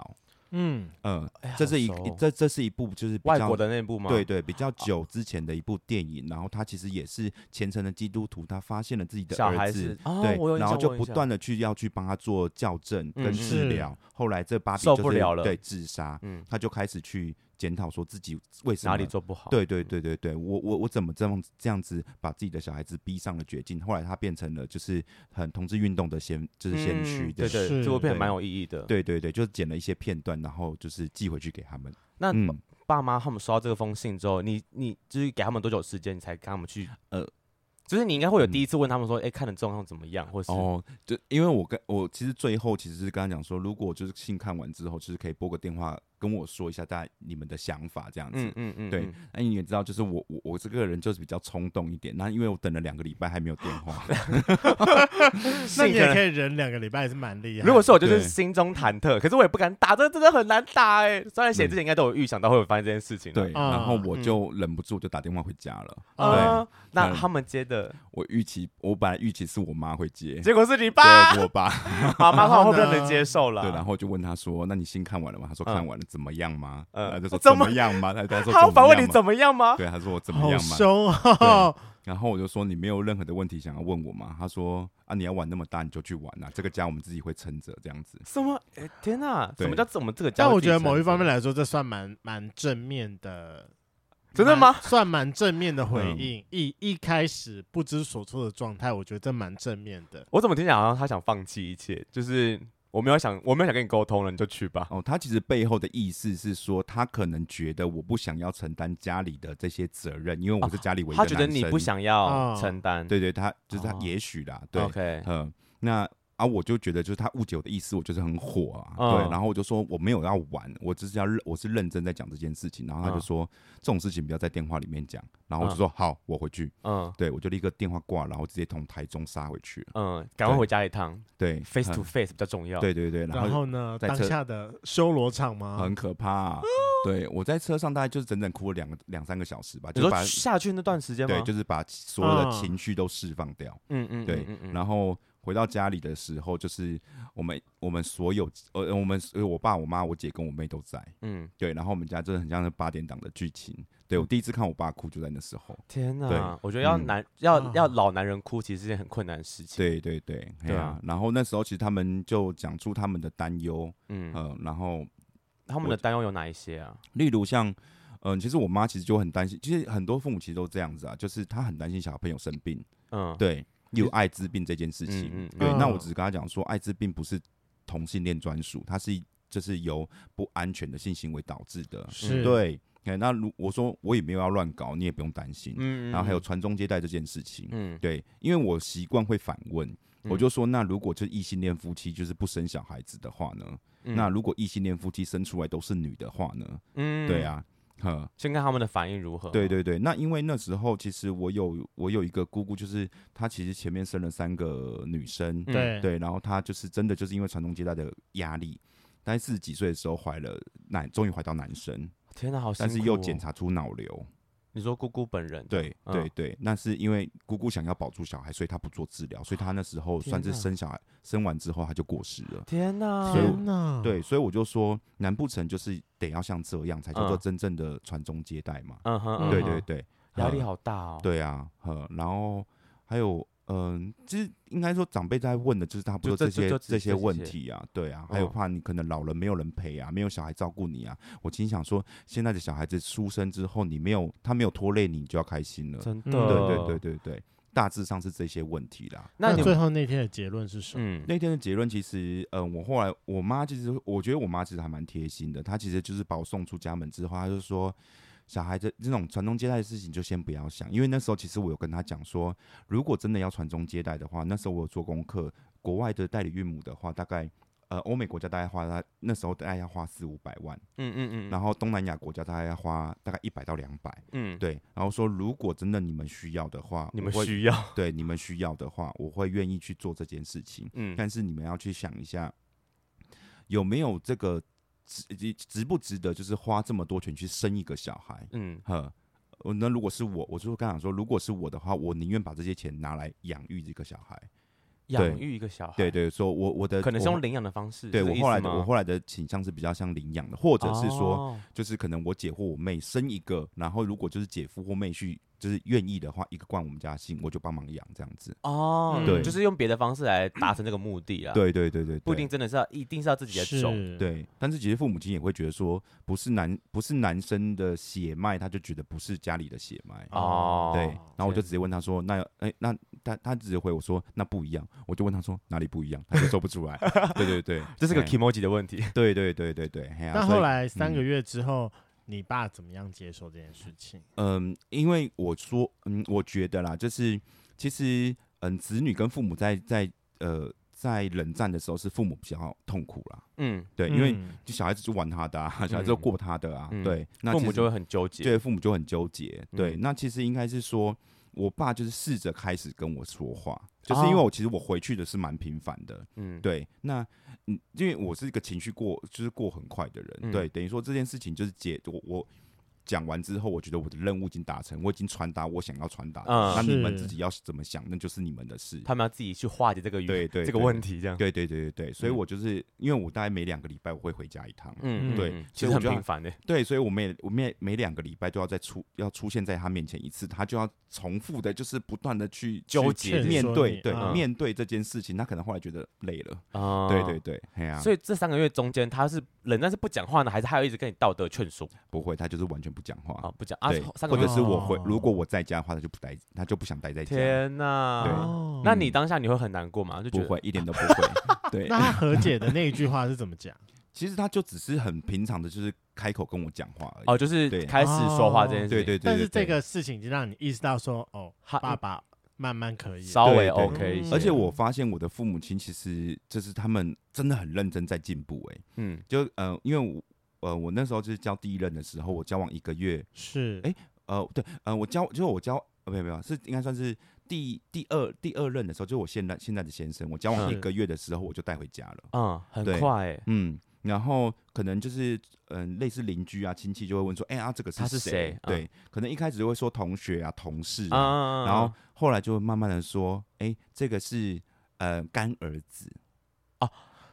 嗯，
嗯，
哎呀
这是一
好熟哦
这这是一部就是比
外
较
国的那部吗？啊
对，对比较久之前的一部电影，然后他其实也是虔诚的基督徒，他发现了自己的
小
儿
孩
子
子，，啊我有
对，
印
然后
象
就
我有
不
印象
断的去要去帮他做校正
嗯
跟治
嗯
疗。后来这芭比
受
就是
不了了
对自杀，
嗯
他就开始去检讨说自己为什么
哪里做不好？嗯
对对对对对，我我我怎么这样这样子把自己的小孩子逼上了绝境？后来他变成了就是很同志运动的先就是先驱
嗯对对，
的，
是
这部片
对
蛮有意义的。，
对对对，就是剪了一些片段，然后就是寄回去给他们。
那
嗯，
爸妈他们收到这封信之后，你你就是给他们多久时间，你才跟他们去？呃
呃，
就是你应该会有
嗯
第一次问他们说，哎，看的状况怎么样，或是
哦，就因为我跟我其实最后其实是刚刚讲说，如果就是信看完之后，就是可以拨个电话跟我说一下大家你们的想法这样子。
嗯嗯嗯，
对
嗯，
那、你也知道，就是我我我这个人就是比较冲动一点，那因为我等了两个礼拜还没有电 话，
那
信可
你也
能
可以忍两个礼拜也是蛮厉害的。
如果是我，就是
对
心中忐忑，可是我也不敢打，这真的很难打哎。虽然写之前应该都有预想到会有发生这件事情啊，
对，然后我
嗯
就忍不住就打电话回家了。
哦
啊，那
嗯
他们接的
我预期我本来预期是我妈会接，结
结果是你爸
果，是我爸，
妈妈
然
话
后
会不
呢
能接受了，
对，然后就问他说：“那你信看完了吗？”他说：“
嗯
看完了，怎么样吗？”
嗯
呃，就说
怎
怎
么
么样吗？他他说
他
怎
有反
么
问
样
你
吗
怎么样吗？
对，他说我怎么
好
样嘛？
凶哦，
然后我就说你没有任何的问题想要问我吗？他说啊，你要玩那么大你就去玩啊，这个家我们自己会撑着这样子。
什么？哎天哪！
对
什么叫我们这个家
但
会
我
自己
觉得
承
某一
受
方面来说，这算蛮蛮正面的。
真的吗
蛮算蛮正面的回
嗯
应，一一开始不知所措的状态，我觉得这蛮正面的。
我怎么听起来好像他想放弃一切？就是我没有想，我没有想跟你沟通了，你就去吧。
哦，他其实背后的意思是说，他可能觉得我不想要承担家里的这些责任，因为我是家里唯一的、
哦他觉
男
得你
生
不，想要
哦
承担，
对对，他就是他
哦，
也许啦，对，
，OK，
嗯，那啊，我就觉得就是他误解我的意思，我就是很火啊，
嗯
对，然后我就说我没有要玩，我只是要认，我是认真在讲这件事情，然后他就
嗯
说、这种事情不要在电话里面讲，然后我就
嗯
说、好，我回去，
嗯
对我就立刻电话挂，然后直接从台中杀回去了，
嗯，赶快
对
回家一趟
对
，face 啊
很
to face 比较重要。，
对对对，然
然
后
后呢，
在
当
车
下的修罗场吗？
很可怕、
哦
啊， 对我在车上大概就是整整哭了两个两三个小时吧，
你
就是把
说下去那段时间吗？
对，就是把所有的
嗯
情绪都释放掉。
嗯嗯，
对
嗯，嗯嗯
然后回到家里的时候，就是我们我们所有呃，我们呃我爸、我妈、我姐跟我妹都在。
嗯，
对，然后我们家真的很像是八点档的剧情。对我第一次看我爸哭就在那时候。
天哪
对！
我觉得要
嗯
男要
啊
要老男人哭，其实是件很困难的事情。
对对对，
对
对
啊
啊。然后那时候其实他们就讲出他们的担忧，
嗯，
嗯、然后
他们
我
的担忧有哪一些啊？
例如像，嗯、其实我妈其实就很担心，其实很多父母其实都这样子啊，就是她很担心小朋友生病，
嗯，
对，有艾滋病这件事情。
嗯嗯
对，
嗯
那我只是跟他讲说，艾滋病不是同性恋专属，它是就是由不安全的性行为导致的。
是，
对，哎，那如我说我也没有要乱搞，你也不用担心。
嗯，嗯
然后还有
嗯
传宗接代这件事情，
嗯，
对，因为我习惯会反问。
嗯
我就说，那如果就异性恋夫妻就是不生小孩子的话呢？
嗯
那如果异性恋夫妻生出来都是女的话呢？
嗯
对，啊，呵，
先看他们的反应如何。
对，对对，那因为那时候其实我有我有一个姑姑，就是她其实前面生了三个女生，
嗯
对，
对，然后她就是真的就是因为传宗接代的压力，大概四十几岁的时候怀了男，终于怀到男生，
天哪，好辛
但
苦哦。
是又检查出脑瘤，
你说姑姑本人，
对
嗯
对对，那是因为姑姑想要保住小孩，所以她不做治疗，所以她那时候
天
算是
哪
生小孩，生完之后她就过世了。
天哪，
所以
天
嗯
哪，
对，所以我就说，难不成就是得要像这样才叫做
嗯
真正的传宗接代嘛？
嗯哼，嗯
对
哼
对，对，
压力
嗯
好大哦。，
对啊，呃，然后还有，嗯、其实应该说长辈在问的就是差不
就
多
这
这
就
些
就只
这
这
些
些
问题啊，对啊，还有
嗯
怕你可能老了没有人陪啊，没有小孩照顾你啊。我心想说，现在的小孩子出生之后，你没有他没有拖累你，你就要开心了。
真的，
嗯
对对对。对对，大致上是这些问题啦。
那
那
你
最后那天的结论是什么？
嗯，
那天的结论其实，嗯、我后来我妈其实，我觉得我妈其实还蛮贴心的。她其实就是把我送出家门之后，她就说：“小孩的这种传宗接代的事情就先不要想，因为那时候其实我有跟他讲说，如果真的要传宗接代的话，那时候我有做功课，国外的代理孕母的话，大概呃欧美国家大概花他那时候大概要花四五百万，
嗯嗯嗯，
然后东南亚国家大概要花大概一百到两百，
嗯，
对，然后说如果真的你们需要的话，
你
我
们
会
需要，
对你们需要的话，我会愿意去做这件事情。
嗯
但是你们要去想一下，有没有这个值值不值得，就是花这么多钱去生一个小孩？
嗯
呵，呃那如果是我，我就刚想说，如果是我的话，我宁愿把这些钱拿来养育这个小孩。
养育一个小孩，
对，对，说我我的
哎可能是
我
用领养的方式，
对
是这
我
个意
后来
思
的
吗
我后来的倾向是比较像领养的，或者是说。
哦
就是可能我姐或我妹生一个，然后如果就是姐夫或妹婿就是愿意的话，一个灌我们家的姓，我就帮忙养这样子。
哦，
嗯
对，
对
就是用别的方式来达成这个目的啊。，
对对对对，
不一
对
定真的是要，一定是要自己的种。
是，
对，但是其实父母亲也会觉得说，不是男不是男生的血脉，他就觉得不是家里的血脉。
哦，
对，然后我就
天
直接问他说：“那哎、那他他直接回我说那不一样。”我就问他说哪里不一样，他就说不出来。对对对，
这是个
嘿
emoji 的问题。
对对对对对。嘿啊
那
所以
后来三个
嗯
月之后，你爸怎么样接受这件事情？
嗯，因为我说，嗯，我觉得啦，就是其实，嗯，子女跟父母在在呃在冷战的时候，是父母比较痛苦啦。
嗯，
对，因为
嗯
就小孩子就玩他的、啊，小孩子就
嗯
过他的啊。
嗯
对， 那
父
其
母
实
就会很纠结。
对父母就很纠结。对，
嗯
那其实应该是说，我爸就是试着开始跟我说话，就是因为
哦
我其实我回去的是蛮频繁的。
嗯，
对，那嗯，因为我是一个情绪过就是过很快的人，
嗯
对，等于说这件事情就是解我我讲完之后，我觉得我的任务已经达成，我已经传达我想要传达的，
嗯
那你们
是
自己要怎么想，那就是你们的事。
他们要自己去化解这个
对
语
对
这个
对
问题，这样。
对对对对对，所以
嗯
我就是、因为我大概每两个礼拜我会回家一趟，啊
嗯，嗯
对
嗯其实
所以我
很
就要
频繁的。
对，所以我每我每每两个礼拜都要再出要出现在他面前一次，他就要重复的，就是不断的去
纠结
去
这
件
面
事
对
嗯
对、
嗯
面对这件事情，他可能后来觉得累了，
啊
对对。对，哎呀、
所以这三个月中间，他是冷战是不讲话呢，还是他有一直跟你道德劝说
不会，他就是完全不讲话
啊？不讲啊
对，，
三
或
个
者
月
是我回
哦，
如果我在家的话，他就不待，他就不想待在家，
天哪！
哦
那你当下你会很难过吗？就觉
不
得
会，一点都不 会。对，
那他和解的那一句话是怎么讲？
其实他就只是很平常的，就是开口跟我讲话而已。
哦，就是
对
开始说话这件事情。
哦
对 对对，
但是
对啊嗯
这，个事情已经让你意识到说，哦，
他
爸爸慢慢可以了，
稍微
对对
OK 一
对
些。
而且我发现我的父母亲其实就是他们真的很认真在进步、欸，
嗯
就呃，因为我呃，我那时候就是交第一任的时候，我交往一个月，
是，
哎呃，对，呃，我交就是我交，呃，没有没有，是应该算是第第二第二任的时候，就是我现在现在的先生，我交往
是
一个月的时候，我就带回家了。
嗯，很
对
快欸。
嗯，然后可能就是嗯、类似邻居啊、亲戚就会问说，哎、呀、这个
他是
是
谁啊
对，可能一开始就会说同学啊、同事
啊
啊，
啊，啊
然后后来就会慢慢的说，哎、这个是呃干儿子，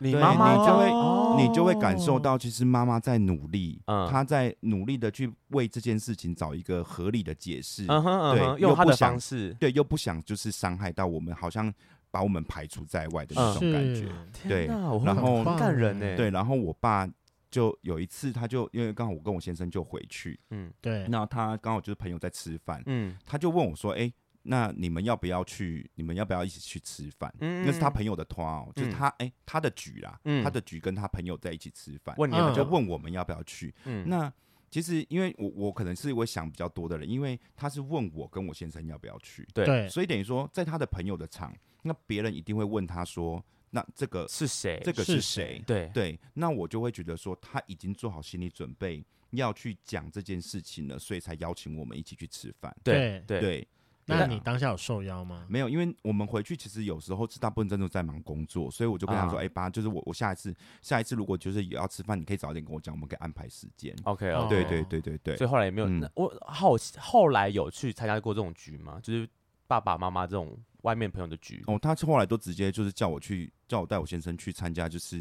你
对
妈妈
你就会
哦
你就会感受到其实妈妈在努力，
嗯
她在努力的去为这件事情找一个合理的解释，
嗯哼嗯
对
哼，
又
用他
不
的
想
方式。
对，又不想就是伤害到我们，好像把我们排除在外的那
嗯
种
是
感觉。对
天哪我会
然后
很感人欸呢。
对，，然后我爸就有一次，他就因为刚好我跟我先生就回去，
嗯
对，
那他刚好就是朋友在吃饭，
嗯
他就问我说：“哎、那你们要不要去？你们要不要一起去吃饭？”
嗯
那是他朋友的团哦，就是
嗯
他哎、他的局啦，
嗯
他的局跟他朋友在一起吃饭，
问你
嗯
们
就
就
问我们要不要去。
嗯
那其实因为我我可能是我想比较多的人，因为他是问我跟我先生要不要去，
对
对，
所以等于说在他的朋友的场，那别人一定会问他说：“那这个
是谁？
这个
是
是
谁
谁？”
对
对，那我就会觉得说他已经做好心理准备要去讲这件事情了，所以才邀请我们一起去吃饭。
对对，
对
对，
那
对
你
啊
当下有受邀吗？
没有，因为我们回去其实有时候是大部分真的在忙工作，所以我就跟他说：“
啊
哎、爸，就是我我下一次下一次如果就是有要吃饭，你可以早点跟我讲，我们可以安排时间。
OK
哦
对对对对
所
对，
以后来也没有。
嗯
那我好奇后来有去参加过这种局吗？就是爸爸妈妈这种外面朋友的局。
哦，他后来都直接就是叫我去，叫我带我先生去参加，就是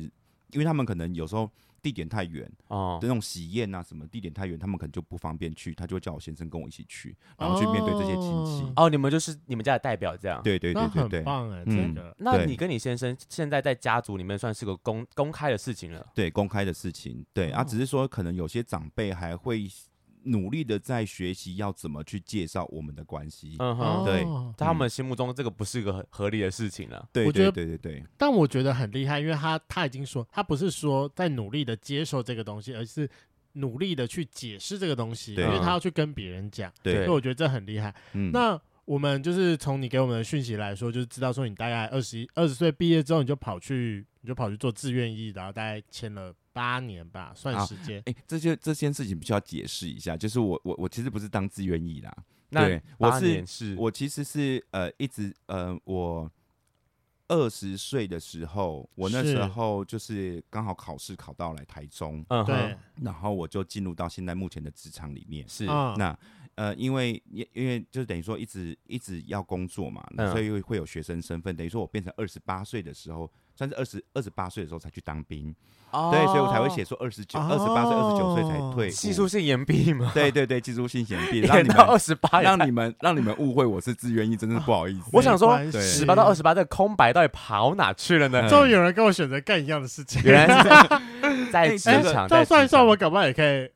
因为他们可能有时候地点太远，
哦
那种喜宴啊什么地点太远，他们可能就不方便去，他就会叫我先生跟我一起去，然后去面对这些亲戚。
哦
哦，你们就是你们家的代表这样。。
对对
那
对对
很
对，
棒哎，这
嗯
个
那
对
你跟你先生现在在家族里面算是个公公开的事情了。
对公开的事情，对、啊，
哦
只是说可能有些长辈还会努力的在学习要怎么去介绍我们的关系。
嗯
哦
哼，
对嗯
在他们心目中这个不是个合合理的事情了。
对
我觉
对
得
对对对，
但我觉得很厉害，因为他他已经说，他不是说在努力的接受这个东西，而是努力的去解释这个东西，
对嗯
因为他要去跟别人讲，
对
所以我觉得这很厉害。
嗯，
那我们就是从你给我们的讯息来说，就是知道说你大概二十一二十岁毕业之后，你就跑去你就跑去做志愿役，然后大概签了八年吧，算
啊
时间。
哎、这些这件事情必须要解释一下，就是我我我其实不是当自愿役啦，
那
对我
八
是
年是
我其实是呃一直呃我二十岁的时候，我那时
是
候就是刚好考试考到来台中，
嗯
对
哼，
然后我就进入到现在目前的职场里面。
是
啊
那呃，因为因因为就等于说一直一直要工作嘛，那
嗯
所以会会有学生身份，等于说我变成二十八岁的时候，算是二十二十八岁的时候才去当兵，
哦
对，所以我才会写说二十九、二十八岁、二十九岁才退
哦
伍。
技术性延毕嘛，
对对对，技术性显毕，让
延
你
到二
们
十八，
让你们让你们误会我是自愿意，真的是不好意思。
我想说
对
十八到
嗯
二十八的空白到底跑哪去了呢
嗯？
终于有人跟我选择干一样的事情。
原来是在 在
哎
职
哎，
场，
这
在
样算一
职
算，
场
我搞不好也可以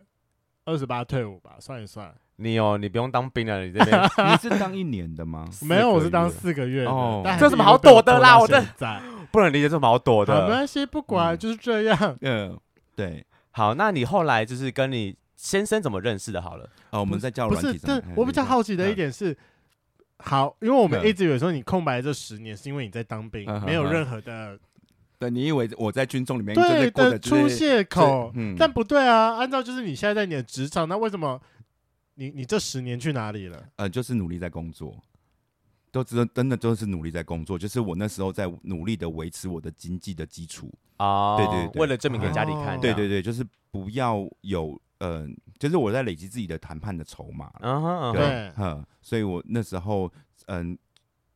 二十八退伍吧，算一算。
你哦，你不用当兵了，你这 边
你是当一年的 吗？
没有，我是
四个
当
月
四个月的
哦
但还
这有
是
什么
因为
好
被
躲
我
的
拖
啦
到
我这
现在
不能理解这么好躲
好，没
的。
关系，不管，
嗯
就是这样。
呃，对，
好，那你后来就是跟你先生怎么认识的？好了，
哦，我们在教
不
软
是，
体上
这
面。哎
我比较好奇的一点是，好，因为我们
嗯
一直有说你空白的这十年是因为你在当兵
嗯，哼
没有
哼
任何的
对，你以为我在军中里面真
对
的过
的
得
出
现，
泄口
这，嗯
但不对啊。按照就是你现在在你的职场，那为什么你你这十年去哪里了？
呃，就是努力在工作，都真真的就是努力在工作，就是我那时候在努力的维持我的经济的基础。
哦，
对对对
为了证明给家里看，
哦
这
对
样
对，对，就是不要有呃，就是我在累积自己的谈判的筹码啦。
嗯哼，嗯哼
对
嗯，所以我那时候嗯。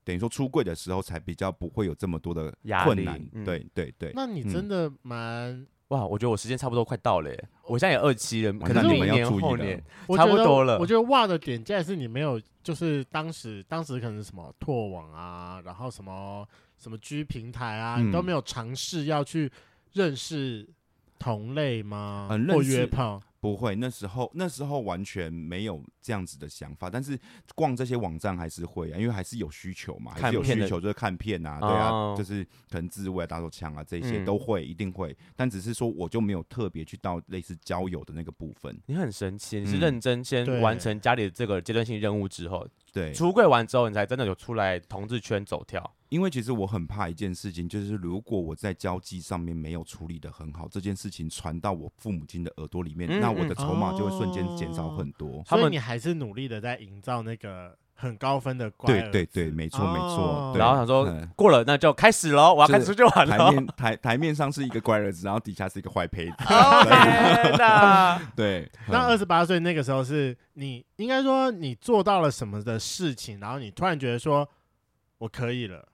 等于说出柜的时候才比较不会有这么多的
压力
困难，
嗯
对对对。
那你
嗯
真的蛮，
哇，我觉得我时间差不多快到了耶，我现在也二期了，
哇
可
那
能明
你
们要
年
注意
后
了
年
我
差
觉
不
得
多了
我觉得哇的点竟然是你没有，就是当时当时可能什么拓网啊，然后什么什么 G 平台啊，
嗯
你都没有尝试要去认识同类吗？
嗯
或
认识
约炮？
不会，那时候那时候完全没有这样子的想法，但是逛这些网站还是会啊，因为还是有需求嘛，还
看
是有
片的
需求，就是看片啊，对啊，
哦
就是可能自慰啊、打手枪啊这些
嗯
都会，一定会，但只是说我就没有特别去到类似交友的那个部分，
你很神奇，你是
嗯
认真先
对
完成家里的这个阶段性任务之后，
对，
出柜完之后，你才真的有出来同志圈走跳。
因为其实我很怕一件事情，就是如果我在交际上面没有处理的很好，这件事情传到我父母亲的耳朵里面，
嗯
那我
嗯
的筹码就会瞬间
哦
减少很多。
他
所以
们
你还是努力的在营造那个很高分的乖
对
儿
对对，没错没
哦
错。对
然后想说
嗯
过了，那就开始喽，我要开始出去玩
台
喽。
面台台面上是一个乖儿子，然后底下是一个坏胚子。
哦 OK，那
对，
那二
嗯
十八岁那个时候是你应该说你做到了什么的事情，然后你突然觉得说我可以了，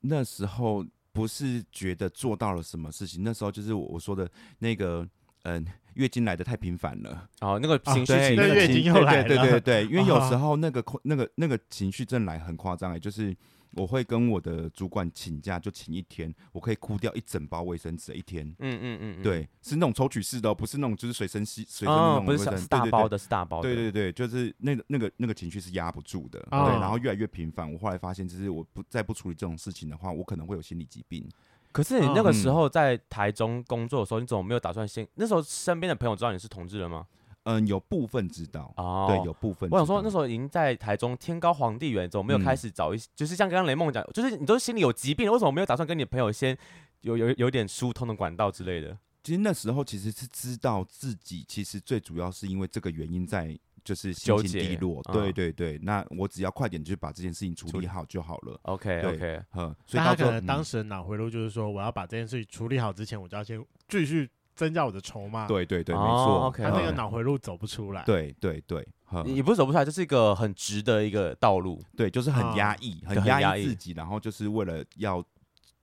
那时候不是觉得做到了什么事情，那时候就是我我说的那个，嗯、月经来的太频繁了，
哦，那个情绪
啊对
起
那
伏
月
情
经又来
对对
了
对对，因为有时候那个夸那个那个情绪症来很夸张哎，就是。我会跟我的主管请假，就请一天，我可以哭掉一整包卫生纸一天。
嗯嗯嗯，嗯，
对，是那种抽取式的、哦，不是那种就是随身吸随身的那
哦
种，
不
卫
是
生
小
纸
是大
对对对
包的，是大包的，
对对对，就是那个那个那个情绪是压不住的，
啊
对，然后越来越频繁。我后来发现，就是我不再不处理这种事情的话，我可能会有心理疾病。
可是你那个时
嗯
候在台中工作的时候，你怎么没有打算先？那时候身边的朋友知道你是同志人吗？
嗯，有部分知道，
哦，
对，有部分知道。
我想说，那时候已经在台中天高皇帝远，怎么没有开始找一些？就是像刚刚雷梦讲，就是你都心里有疾病，为什么没有打算跟你朋友先有有有点疏通的管道之类的？
其实那时候其实是知道自己，其实最主要是因为这个原因在。就是心
纠
情
结
低落，
啊
对对对，那我只要快点去把这件事情处
处理
理好就好了。
OK
对
OK，
呵，所以
那他
到最
可
后嗯
能当时的脑回路就是说我要把这件事情处理好之前，我就要先继续增加我的筹码。
嗯，对对对，没
哦
错。
，OK，
他那个
嗯
脑回路走不出来。
对对对，呵
也不是走不出来，这是一个很直的一个道路，
对，就是很压
啊
抑，
嗯很
很
压
压
抑
抑自己，然后就是为了要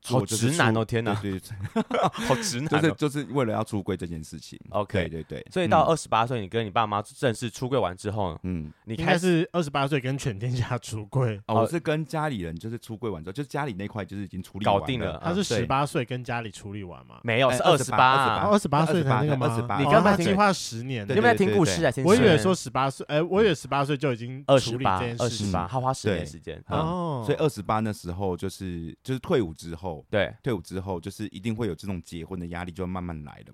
好
做就是
直男
出
哦天哪
对对对
好直
就
男
是
哦。
就是为了要出柜这件事情。
OK
对对对，
所以到
嗯
二十八岁，你跟你爸妈正式出柜完之后，
嗯。
你
应该
开始
是二十八岁跟全天下出 柜，
哦，
哦
我是跟家里人就是出柜完之后，就是家里那块就是已经处理
搞
完
定了
了，
啊
他是
对
十八岁跟家里处理完嘛？
没有
哎
是
28
十八
啊，
二十八哦岁才那个吗？
28
你
哦
刚才
他
听
计划十年，
你
对
有没有在听故事啊？先生
我以为说十八岁，哎，我以为十八岁就已经
二
处
十
理
八
这件，
二
事
十
情。
八，他花十年
对
时间。
嗯
哦，
所以二十八那时候就是就是退伍之后，
对，
退伍之后就是一定会有这种结婚的压力，就慢慢来了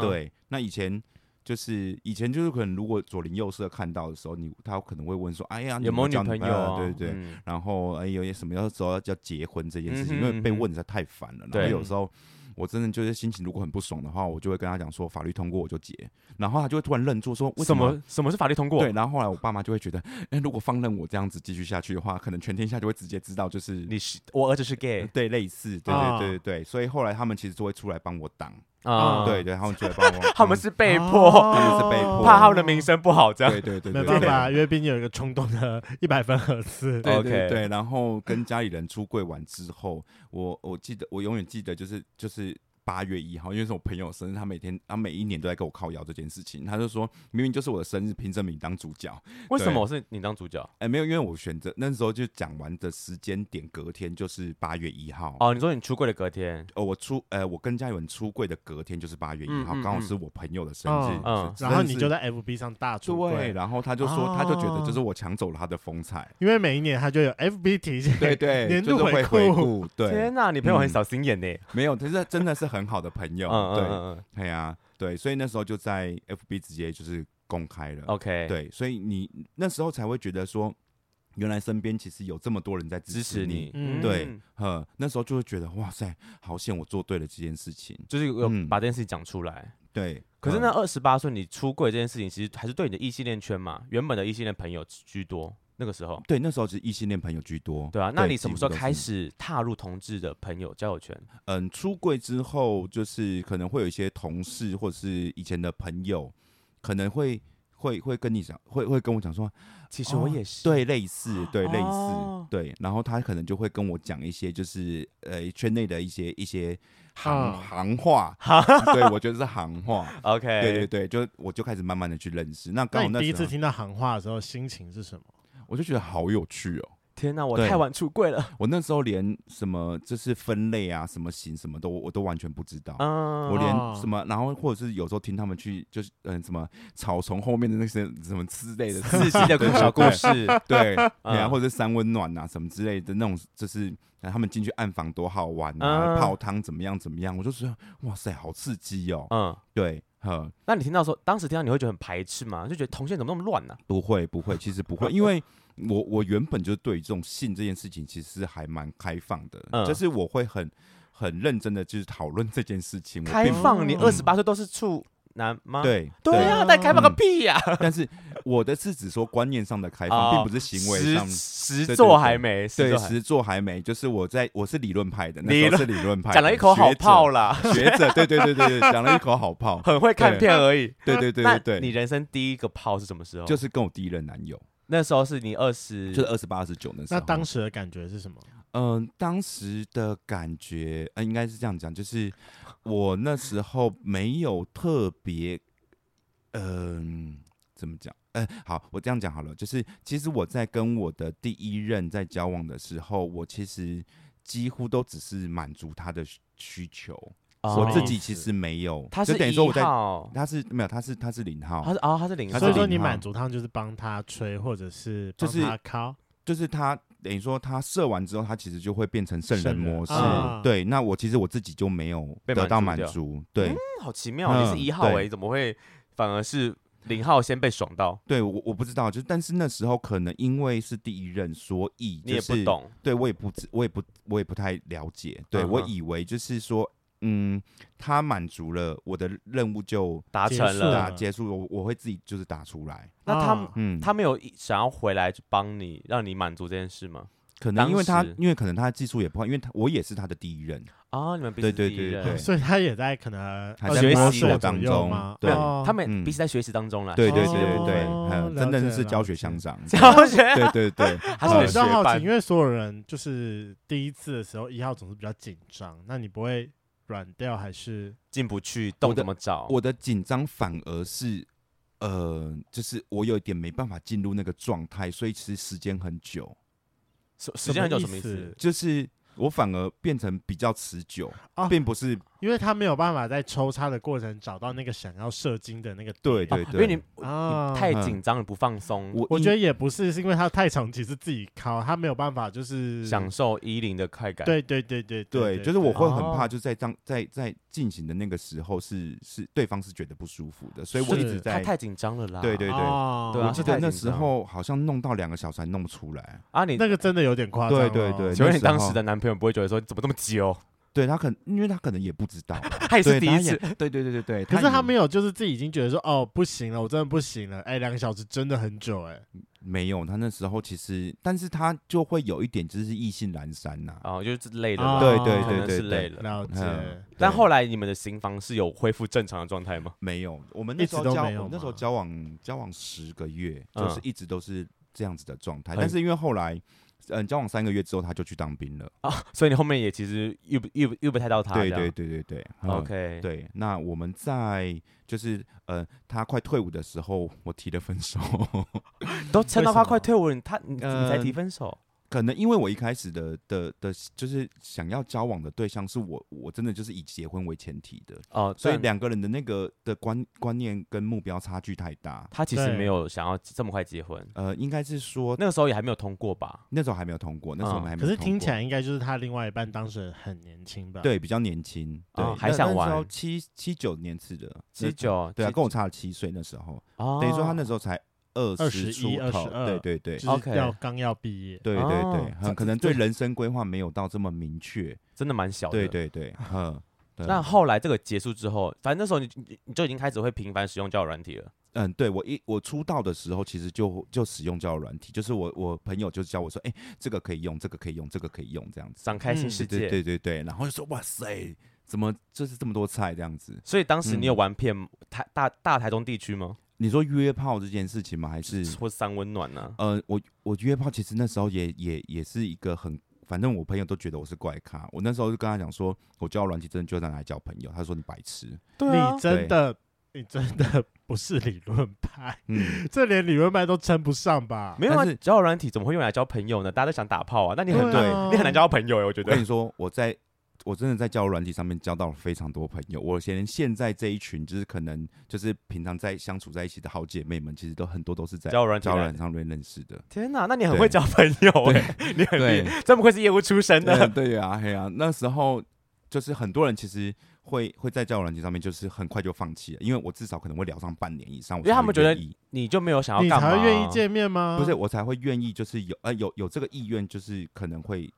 嗯
对，那以前就是以前就是可能如果左邻右舍看到的时候，你他可能会问说，哎呀，你
有没有女
交
朋友、
友
啊？
对对对。
嗯
然后哎，有些什么要时候要要结婚这件事情，
嗯哼
因为被
嗯哼
问实在太烦了。然
对
后有时候我真的就是心情如果很不爽的话，我就会跟他讲说法律通过我就结，然后他就会突然愣住说为
什
么
么什么是法律通过？
对，然后后来我爸妈就会觉得，哎、如果放任我这样子继续下去的话，可能全天下就会直接知道，就是
你是我儿子是
呃
gay
对类似，对
啊
对对对对，所以后来他们其实都会出来帮我挡，
啊，
对对，他们就来帮
，
我
他们是被迫，
他们是被 迫
怕他们的名声不好这样。
对对对
哦没
对
办
对。
法，因为毕竟有一个冲动的一百分合 资，
对
OK
对对，然后跟家里人出柜完之后，我我记得我永远记得就是就是八月一号，因为是我朋友生日，他每天他每一年都在跟我靠谣这件事情，他就说明明就是我的生日，凭什么你当主角？
为什么我是你当主角？
哎，没有，因为我选择那时候就讲完的时间点，隔天就是八月一号
哦，你说你出柜的隔天，
呃，我出呃，我跟家人出柜的隔天就是八月一
嗯
号，
嗯
刚好
嗯
是我朋友的生日
嗯，
嗯
是
然后你就。
真的是
在 FB 上大出
对，
柜，
然后他就说，他就觉得
哦
就是我抢走了他的风采，
因为每一年他就有 FB 提醒，
对对，
年
就
度
是
回
会回
顾
顾，对，
天哪，你朋友很
嗯
小心眼呢。
没有，他是真的是很好的朋友
嗯，嗯
对，
嗯嗯
对呀，对，所以那时候就在 FB 直接就是公开了，
，OK，，
对，所以你那时候才会觉得说，原来身边其实有这么多人在
支持你
你，，
嗯
对，呵，那时候就会觉得哇塞，好险我做对了这件事情，
就是有
嗯
把这件事情讲出来。
对，
可是
嗯
呢，二十八岁你出柜这件事情，其实还是对你的异性恋圈嘛，原本的异性恋朋友居多。那个时候，
对，那时候是异性恋朋友居多。
对啊，那你什么时候
几乎都是
开始踏入同志的朋友交友圈？
嗯，出柜之后，就是可能会有一些同事或者是以前的朋友，可能会会会跟你讲，会会跟我讲说，
其
实我也
是
对，类似，对，类
哦
似，对。然后他可能就会跟我讲一些，就是呃，圈内的一些一些行
嗯
行 话，对我觉得是行话。
OK，
对对对，就我就开始慢慢的去认识。那刚
哎那
好
你
那
第一次
时候，
听到行话的时候，心情是什么？
我就觉得好有趣哦。
天哪，我
对
太晚出柜了。
我那时候连什么就是分类啊，什么型什么都我都完全不知道。
嗯，
我连
哦
什么，然后或者是有时候听他们去，就是嗯，什么草丛后面的那些什么之类 的
自己的故小故事，
对，对啊，
嗯
或者是三温暖啊什么之类的那种，就是呃他们进去暗访多好玩
嗯
啊，泡汤怎么样怎么样，我就觉得哇塞，好刺激哦。
嗯，
对，呵，
那你听到说，当时听到你会觉得很排斥吗？就觉得同性怎么那么乱呢？
不会不会，其实 不会，因为我我原本就对于这种性这件事情其实还蛮开放的，
嗯
就是我会很很认真的就是讨论这件事情，我
开
并
放，你
嗯
二十八岁都是处男吗？，
对
对啊，但开放个屁呀！
但是我的是只说观念上的开放，
哦
并不是行为上。
实实
对对
做
对
还没，实
对
做，还
实做还没，就是我在我是理论派的，那时
理
候是理论派的，
讲了一口好
学者
炮啦，
学 者，对对对对对，讲了一口好炮，
很会看
对
片而已。
对对对
那
对
你
对，
人生第一个炮是什么时候？
就是是跟我第一任男友，
那时候是你二十，
就是二十八、二十九那时候。
那当时的感觉是什么？
嗯，当时的感觉，呃，应该是这样讲，就是我那时候没有特别，嗯、怎么讲？呃，好，我这样讲好了，就是其实我在跟我的第一任在交往的时候，我其实几乎都只是满足他的需需求，
哦
我自己其实没有，
他
就是等于说我
一
在，
号
他是没有，他是他是零号
他，是哦，他是零号，
他是
所以说你
零号
满足他就是帮他吹，或者是帮
就是
他敲，
就是他等于说他射完之后，他其实就会变成圣人
圣人
模式。
啊
对，那我其实我自己就没有
被
得到
满
满
足掉
足。对，
嗯好奇妙，你是
嗯
一号哎，
对
你怎么会反而是零号先被爽到？
对我我不知道，就是但是那时候可能因为是第一任，所以、
你
就
也
是、
不，懂，
对我也不知，我也不我也不太了解。对、
嗯
我
哼
以为就是说，嗯，他满足了我的任务就
达
结
成
束
了
了。
打结束了，我我会自己就是打出来。
那他
啊
嗯，
他没有想要回来帮你，让你满足这件事吗？
可能因为他
当时
因为可能他的技术也不好，因为他我也是他的第一任。
啊，你们彼此
对对
第一
对
任
对
所以他也在可能
还
28
在摸索
岁左右
当中
吗
对
哦
他们
嗯
彼此在学习当中了，
对对
哦
对对对，嗯真
了解
的是
了
教学
解
相长。
小学
对对对，
他是
那啊我
你
比
的
较
学
好奇，
伴
因，为所有人就是第一次的时候，一号总是比较紧张，那你不会软掉还是？
进不去，洞
的
怎么找？
我的紧张反而是，呃，就是我有一点没办法进入那个状态，所以其实时间很久，
时时间很久什
什
么
么
意
意
思
思？
就是我反而变成比较持久，
啊
哦
并不是
因为他没有办法在抽插的过程找到那个想要射精的那个
对
哦
对
因
对，
为你
啊
你太
嗯
紧张了，不放松，
我
我
印
觉得也不是，是因为他太长期是自己靠，他没有办法就是
享受依零的快感。
对对对对
对，就是我会很怕，
哦
就在当在在进行的那个时候是是对方是觉得不舒服的，所以我
是
一直
他
在。
太紧张了啦。
对对
哦
对啊
我记
他
得
太
那
紧
时
张
候好像弄到两个小时还弄不出来，
啊，你
那个真的有点夸张
对
哦。
对对，
请问
那
你当
候
时的男朋友不会觉得说你怎么哦这么久？
对他可能，因为他可能也不知道，
他也是
对
第
他
一
也
次，
对对对对对。
可是他没
有
有，就是自己已经觉得说，哦，不行了，我真的不行了。哎，两个小时真的很久，哎，
没有，他那时候其实，但是他就会有一点就是意兴阑珊呐。
哦，就是累了，
啊
对
哦
对
可
对
能
对
是
对
累，了。
了解
嗯。
但
对
后来你们的行房是有恢复正常的状态吗？
没有，我们
一
那时
直
候
都
交，
没有
我们那时候
吗
交往交往十个月，
嗯
就是一直都是这样子的状态。
很
但是因为后来，嗯，交往三个月之后他就去当兵了。
啊，所以你后面也其实遇不遇不遇不太到他。
对
这样
对对对对嗯
OK，
对，那我们在就是呃，他快退伍的时候，我提了分手。
都撑到
为什么
他快退伍了，你他你你才
嗯
提分手，
可能因为我一开始的的的，就是想要交往的对象是我，我真的就是以结婚为前提的，
哦，
所以
但
两个人的那个的观观念跟目标差距太大。
他其实
对
没有想要这么快结婚，
呃，应该是说
那个时候也还没有通过吧？
那时候还没有通过，那时
啊
候我们还没
可
有
是
通过。
听起来应该就是他另外一半当时很年轻吧？，
对比较年轻，对，
哦
那
还想
那时候
玩
七七九年次的
七，九，
那对啊，
七
跟我差了七岁，那时候、
哦
等于说他那时候才二
21
十出头，
22
对对对。
就是
OK
要刚要毕业。
对对对，
哦
很、可能对人生规划没有到这么明确。
真的蛮小的。
对。对对，嗯，对
那后来这个结束之后，反正那时候你你你就已经开始会频繁使用交友软体了。
嗯，对我一我出道的时候，其实就就使用交友软体，就是我我朋友就教我说，哎、这个可以用，这个可以用，这个可以用，这样子。
展开新
嗯
世界。
对对对对，然后就说哇塞，怎么就是这么多菜这样子？
所以当时你有
嗯
玩遍台大大台中地区吗？
你说约炮这件事情吗？还是
或三温暖啊呢、
呃，我我约炮其实那时候也也也是一个很，反正我朋友都觉得我是怪咖。我那时候就跟他讲说，我交友软体真的就拿来交朋友，他说你白痴。啊
你真的，你真的不是理论派，
嗯，
这连理论派都称不上吧？
没有啊
但是，
交友软体怎么会用来交朋友呢？大家都想打炮啊，那你很
对
难，
啊
你很难交到朋友欸我觉
我跟
得
你说，我在我真的在交友软体上面交到了非常多朋友。我连现在这一群，就是可能就是平常在相处在一起的好姐妹们，其实都很多都是在
交友软体
交友
来
软
的。
体上面认识的。
天哪，那你很
对
会交朋友哎、 你很厉
对
害，真不愧是业务出 身
对
的。
对啊，嘿啊，那时候就是很多人其实会会在交友软体上面，就是很快就放弃了，因为我至少可能会聊上半年以上，
因
我
为
才
他
会
们觉得嗯
愿意
你就没有想要
你
干嘛、
才会愿意见面吗？
不是，我才会愿意，就是有呃有有这个意愿，就是可能会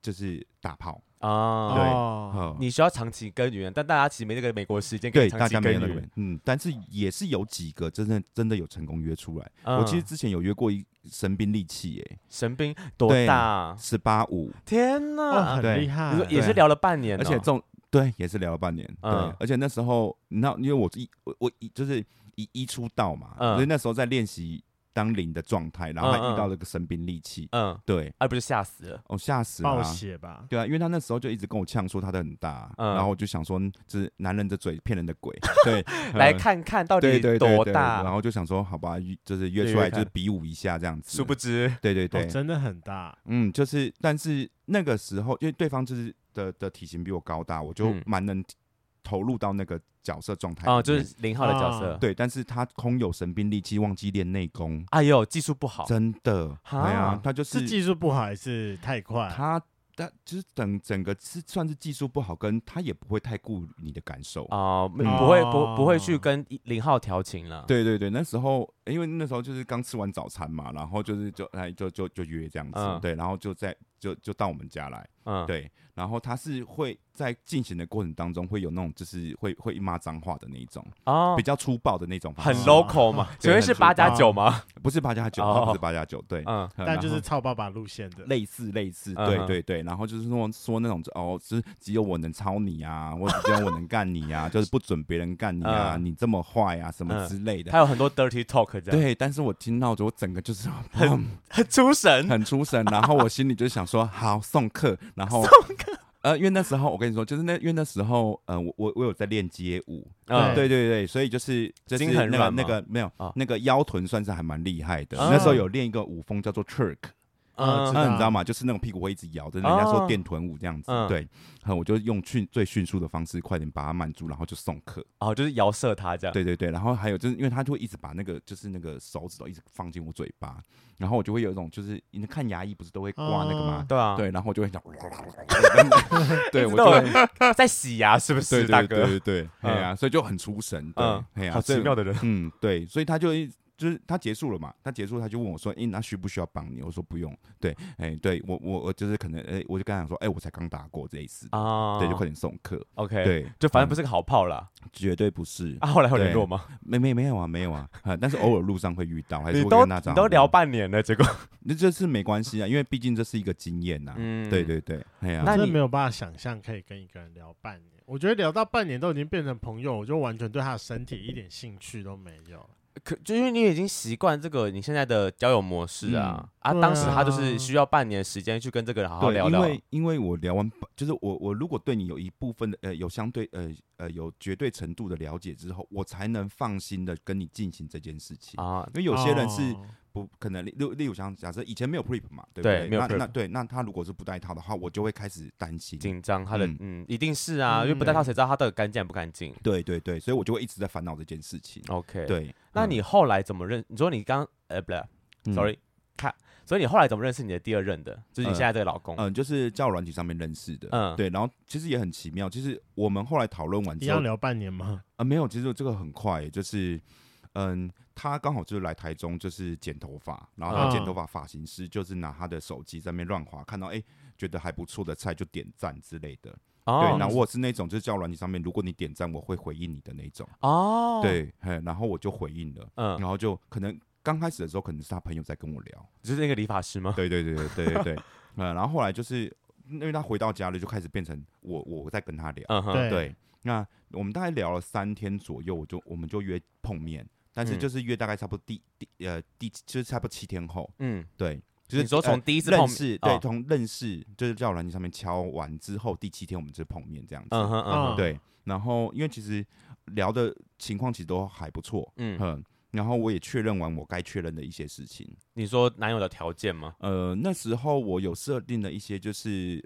就是打炮，
啊？
对
哦，
呃
你需要长期耕耘，但大家其实没这个美国时间可以
对
长
大
期
家
耕
没有那个
耘
问。嗯，但是也是有几个真的真的有成功约出来。
嗯
我其实之前有约过一神兵利器、欸，
神兵多
对
大啊？
十八五，
天
哦
哪！
很
对
厉
你说
害。
也是
对
聊了半年哦、
而且中对也是聊了半年，
嗯
对，而且那时候你知道，因为我一我我一就是一一出道嘛，
嗯
所以那时候在练习当零的状态，然后还
嗯嗯
遇到了个神兵利器，
嗯，
对，
而不是吓死了。
哦吓死了
暴
啊、
血吧，
对啊，因为他那时候就一直跟我呛说他的很大，
嗯
然后我就想说，就是男人的嘴骗人的鬼，对，
来
嗯
看看到
对
底
对对
多
对
大。
然后就想说，好吧，就是约
约
出
约
来就是
看
比武一下这样子，
殊不知，
对对对
哦，，真的很大。
嗯，就是，但是那个时候，因为对方就是的的体型比我高大，我就
嗯
蛮能投入到那个角色状态里面。
哦，就是零号的角色。
啊
哦对，但是他空有神兵利器，忘记练内功，
哎呦，技术不好，
真的，对
哈
啊，他就是
技术不好还是太快？
他。他就是整整个是算是技术不好，跟他也不会太顾你的感受。
哦，没
嗯
不会不不会去
哦
跟一零号调情了。，
对对对，那时候因为那时候就是刚吃完早餐嘛，然后就是就哎就就就约这样子，
嗯
对，然后就在就就到我们家来，
嗯，
对，然后他是会在进行的过程当中会有那种就是会会骂脏话的那一种，
哦
比，较粗暴的那种方
很
式，
local 嘛，请问是
很粗
八加
暴
九吗？
不是八加九，
哦
他不是八加九，对，
嗯，
但就是
然后
操爸爸路线的。
类似类似，
嗯
对
哼
对对，然后就是说说那种哦，就是只有我能操你啊，或者只有我能干你啊， 就是不准别人干你啊，
嗯
你这么坏啊，什么
嗯
之类的。
他有很多 dirty talk 这样，
对，但是我听到之后，我整个 就是砰
很出神。
很出神，然后我心里就想说，好送客，然后送客。呃，因为那时候我跟你说，就是那因为那时候，呃，我我我有在练街舞，
嗯，
对对对，所以就是就是
筋很
那个
软
那
吗
个没有
啊
那个腰臀算是还蛮厉害的，
哦
那时候有练一个舞风叫做 Turk，
嗯
嗯
知道
嗯，你知道吗？就是那种屁股会一直摇的，人家说
哦
电臀舞这样子。
嗯
对，好，我就用迅最迅速的方式，快点把它满足，然后就送客。
哦，就是摇射他这样。
对对对，然后还有就是，因为他就会一直把那个就是那个手指头一直放进我嘴巴，然后我就会有一种就是你看牙医不是都会挂那个吗？
对啊，
对，然后我就会想，对，我就会
在洗牙是不
对
是，大
对
哥？
对对对，哎呀，所以就很出神，对
嗯，，
哎呀，
好
所以
奇妙的人。
嗯，对，所以他就一就是他结束了嘛，他结束他就问我说，哎、那需不需要帮你？我说不用，对，哎、对我我我就是可能，哎、我就跟他讲说，哎、我才刚打过这一次，
啊，
对，就快点送客，
OK，，
对，
就反正不
是、
是个好炮啦。
绝对不是，
啊，后来有联络吗？
没没没有啊，没有啊，啊但是偶尔路上会遇到，还是
你
会
都
跟他
你
讲，
都聊，半年了，结果
那这是没关系啊，因为毕竟这是一个经验呐、
嗯
对对对，哎呀、
那
我真
你
的没有办法想象可以跟一个人聊半年。我觉得聊到半年都已经变成朋友，我就完全对他的身体一点兴趣都没有。
可就因为你已经习惯这个你现在的交友模式啊啊，
对
当时他就是
啊
需要半年时间去跟这个人好好
嗯对，
聊
因
聊。
为因为我聊完，就是我我如果对你有一部分的呃有相对呃呃有绝对程度的了解之后，我才能放心的跟你进行这件事情。
啊，
因为有些人是
哦
不可能，例例如像假设以前没有 prep 嘛，对不
对
对？
没有
那
prep
那对，那他如果是不带套的话，我就会开始担心。
紧张他的
嗯
嗯，一定是啊，
嗯
因为不带套谁知道他到底干净还不干净
对对对，所以我就会一直在烦恼这件事情。
？OK，。
对，
哦那
嗯
你后来怎么认？你说你刚呃不对
嗯
，sorry，看，所以你后来怎么认识你的第二任的？就是你
呃
现在这个老公
嗯，就是交友软体上面认识的，
嗯
嗯，对，然后其实也很奇妙，其实我们后来讨论完
一
之后
样，聊半年吗？
啊，没有，其实这个很快，就是，嗯，他刚好就是来台中，就是剪头发，然后他
嗯
剪头发发型师就是拿他的手机在那边乱划，看到哎、诶觉得还不错的菜就点赞之类的。
哦
对，然后我是那种就是叫软体上面，如果你点赞，我会回应你的那种。
哦，，
对，嘿，然后我就回应了，
嗯，
然后就可能刚开始的时候可能是他朋友在跟我聊，
就是那个理发师吗？
对对对对对对对， 呃，然后后来就是因为他回到家了，就开始变成我我在跟他聊。
嗯哼，
对
对，那我们大概聊了三天左右，我就我们就约碰面，但是
嗯
就是约大概差不多第第呃第就是差不多七天后，
嗯，
对，就是
你说
呃
从第一次碰
认
面哦
识，对，，从认识就是交友软件上面敲完之后，第七天我们就碰面这样子，
嗯哼嗯哼，
嗯
对，然后因为其实聊的情况其实都还不错，
嗯，
嗯。然后我也确认完我该确认的一些事情，
你说男友的条件吗？
呃，那时候我有设定了一些，就是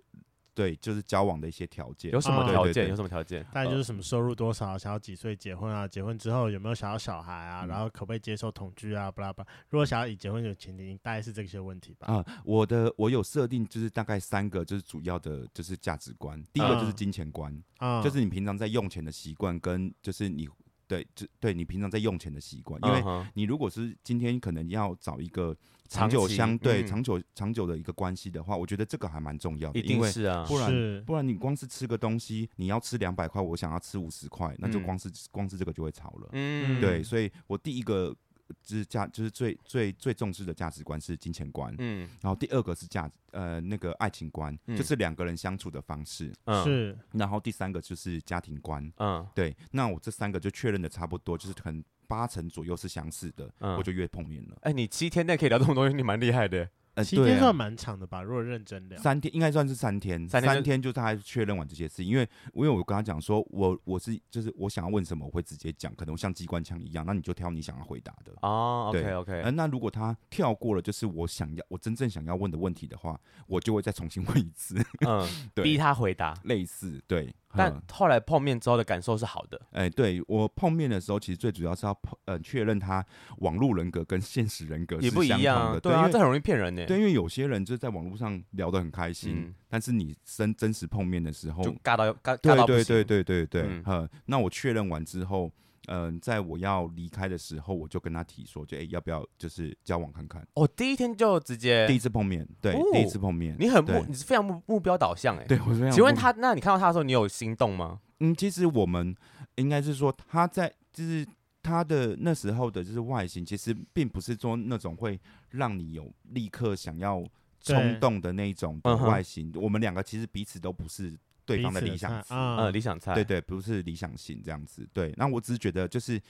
对，就是交往的一些条件，
有什么
嗯
条
对对
件？
对
有什么条件？
大概就是什么收入多少，想要几岁结婚啊，结婚之后有没有想要小孩啊，
嗯
然后可不可以接受同居啊，巴拉巴拉。如果想要以结婚为前提，大概是这些问题吧。
啊、我的我有设定，就是大概三个，就是主要的，就是价值观。第一个就是
嗯
金钱观，
啊，
就是你平常在用钱的习惯，跟就是你对，就对你平常在用钱的习惯，因为
嗯哼
你如果是今天可能要找一个
长
长久
期
相对、
嗯
长久长久的一个关系的话，我觉得这个还蛮重要的，
一
因
定
为
是啊，
不然
是
不然你光是吃个东西，你要吃两百块，我想要吃五十块，那就
嗯
光是、光是这个就会吵了。
嗯，
对，所以我第一个就是价，就是最最最重视的价值观是金钱观。
嗯
然后第二个是价呃那个爱情观，
嗯
就是两个人相处的方式。
嗯
是
然后第三个就是家庭观，
嗯
对。那我这三个就确认的差不多，就是可能八成左右是相似的，
嗯
我就越碰面了。
哎，你七天内可以聊这么多东西，你蛮厉害的。
呃，
七
对
天
啊
算蛮长的吧，如果认真聊。
三天应该算是三天，
啊三天就
就大概确认完这些事情，因为因为我跟他讲说，我我是就是我想要问什么，我会直接讲，可能像机关枪一样，那你就挑你想要回答的。
哦，OK
对
OK，
呃，那如果他跳过了，就是我想要我真正想要问的问题的话，我就会再重新问一次，
嗯，
对
逼他回答。
类似对。
但
嗯
后来碰面之后的感受是好的，
哎、对我碰面的时候，其实最主要是要碰呃确认他网络人格跟现实人格
也
是
不一
相
样
同
啊
的，，
对啊，
因
这
为
很容易骗人呢。
对，因为有些人就是在网络上聊得很开心，
嗯
但是你真真实碰面的时候
就，尬到尬尬
嗯对
到不
对对
行。
对对对，
嗯
呃那我确认完之后，嗯、在我要离开的时候，我就跟他提说，就哎、要不要就是交往看看？
我哦第一天就直接
第，一次碰面，对，
哎哦
第一次碰面，
你很目
对，
你是非常目目标导向哎。
对我是这样
请问
不
他，那你看到他的时候，你有心动吗？
嗯，其实我们应该是说他在就是他的那时候的就是外形，其实并不是说那种会让你有立刻想要
对
冲动的那种的
嗯哼
外形。我们两个其实彼此都不是对方的
彼此
理想
看
型，
啊
呃，理想菜。
对对，不是理想型这样子。对，那我只是觉得就是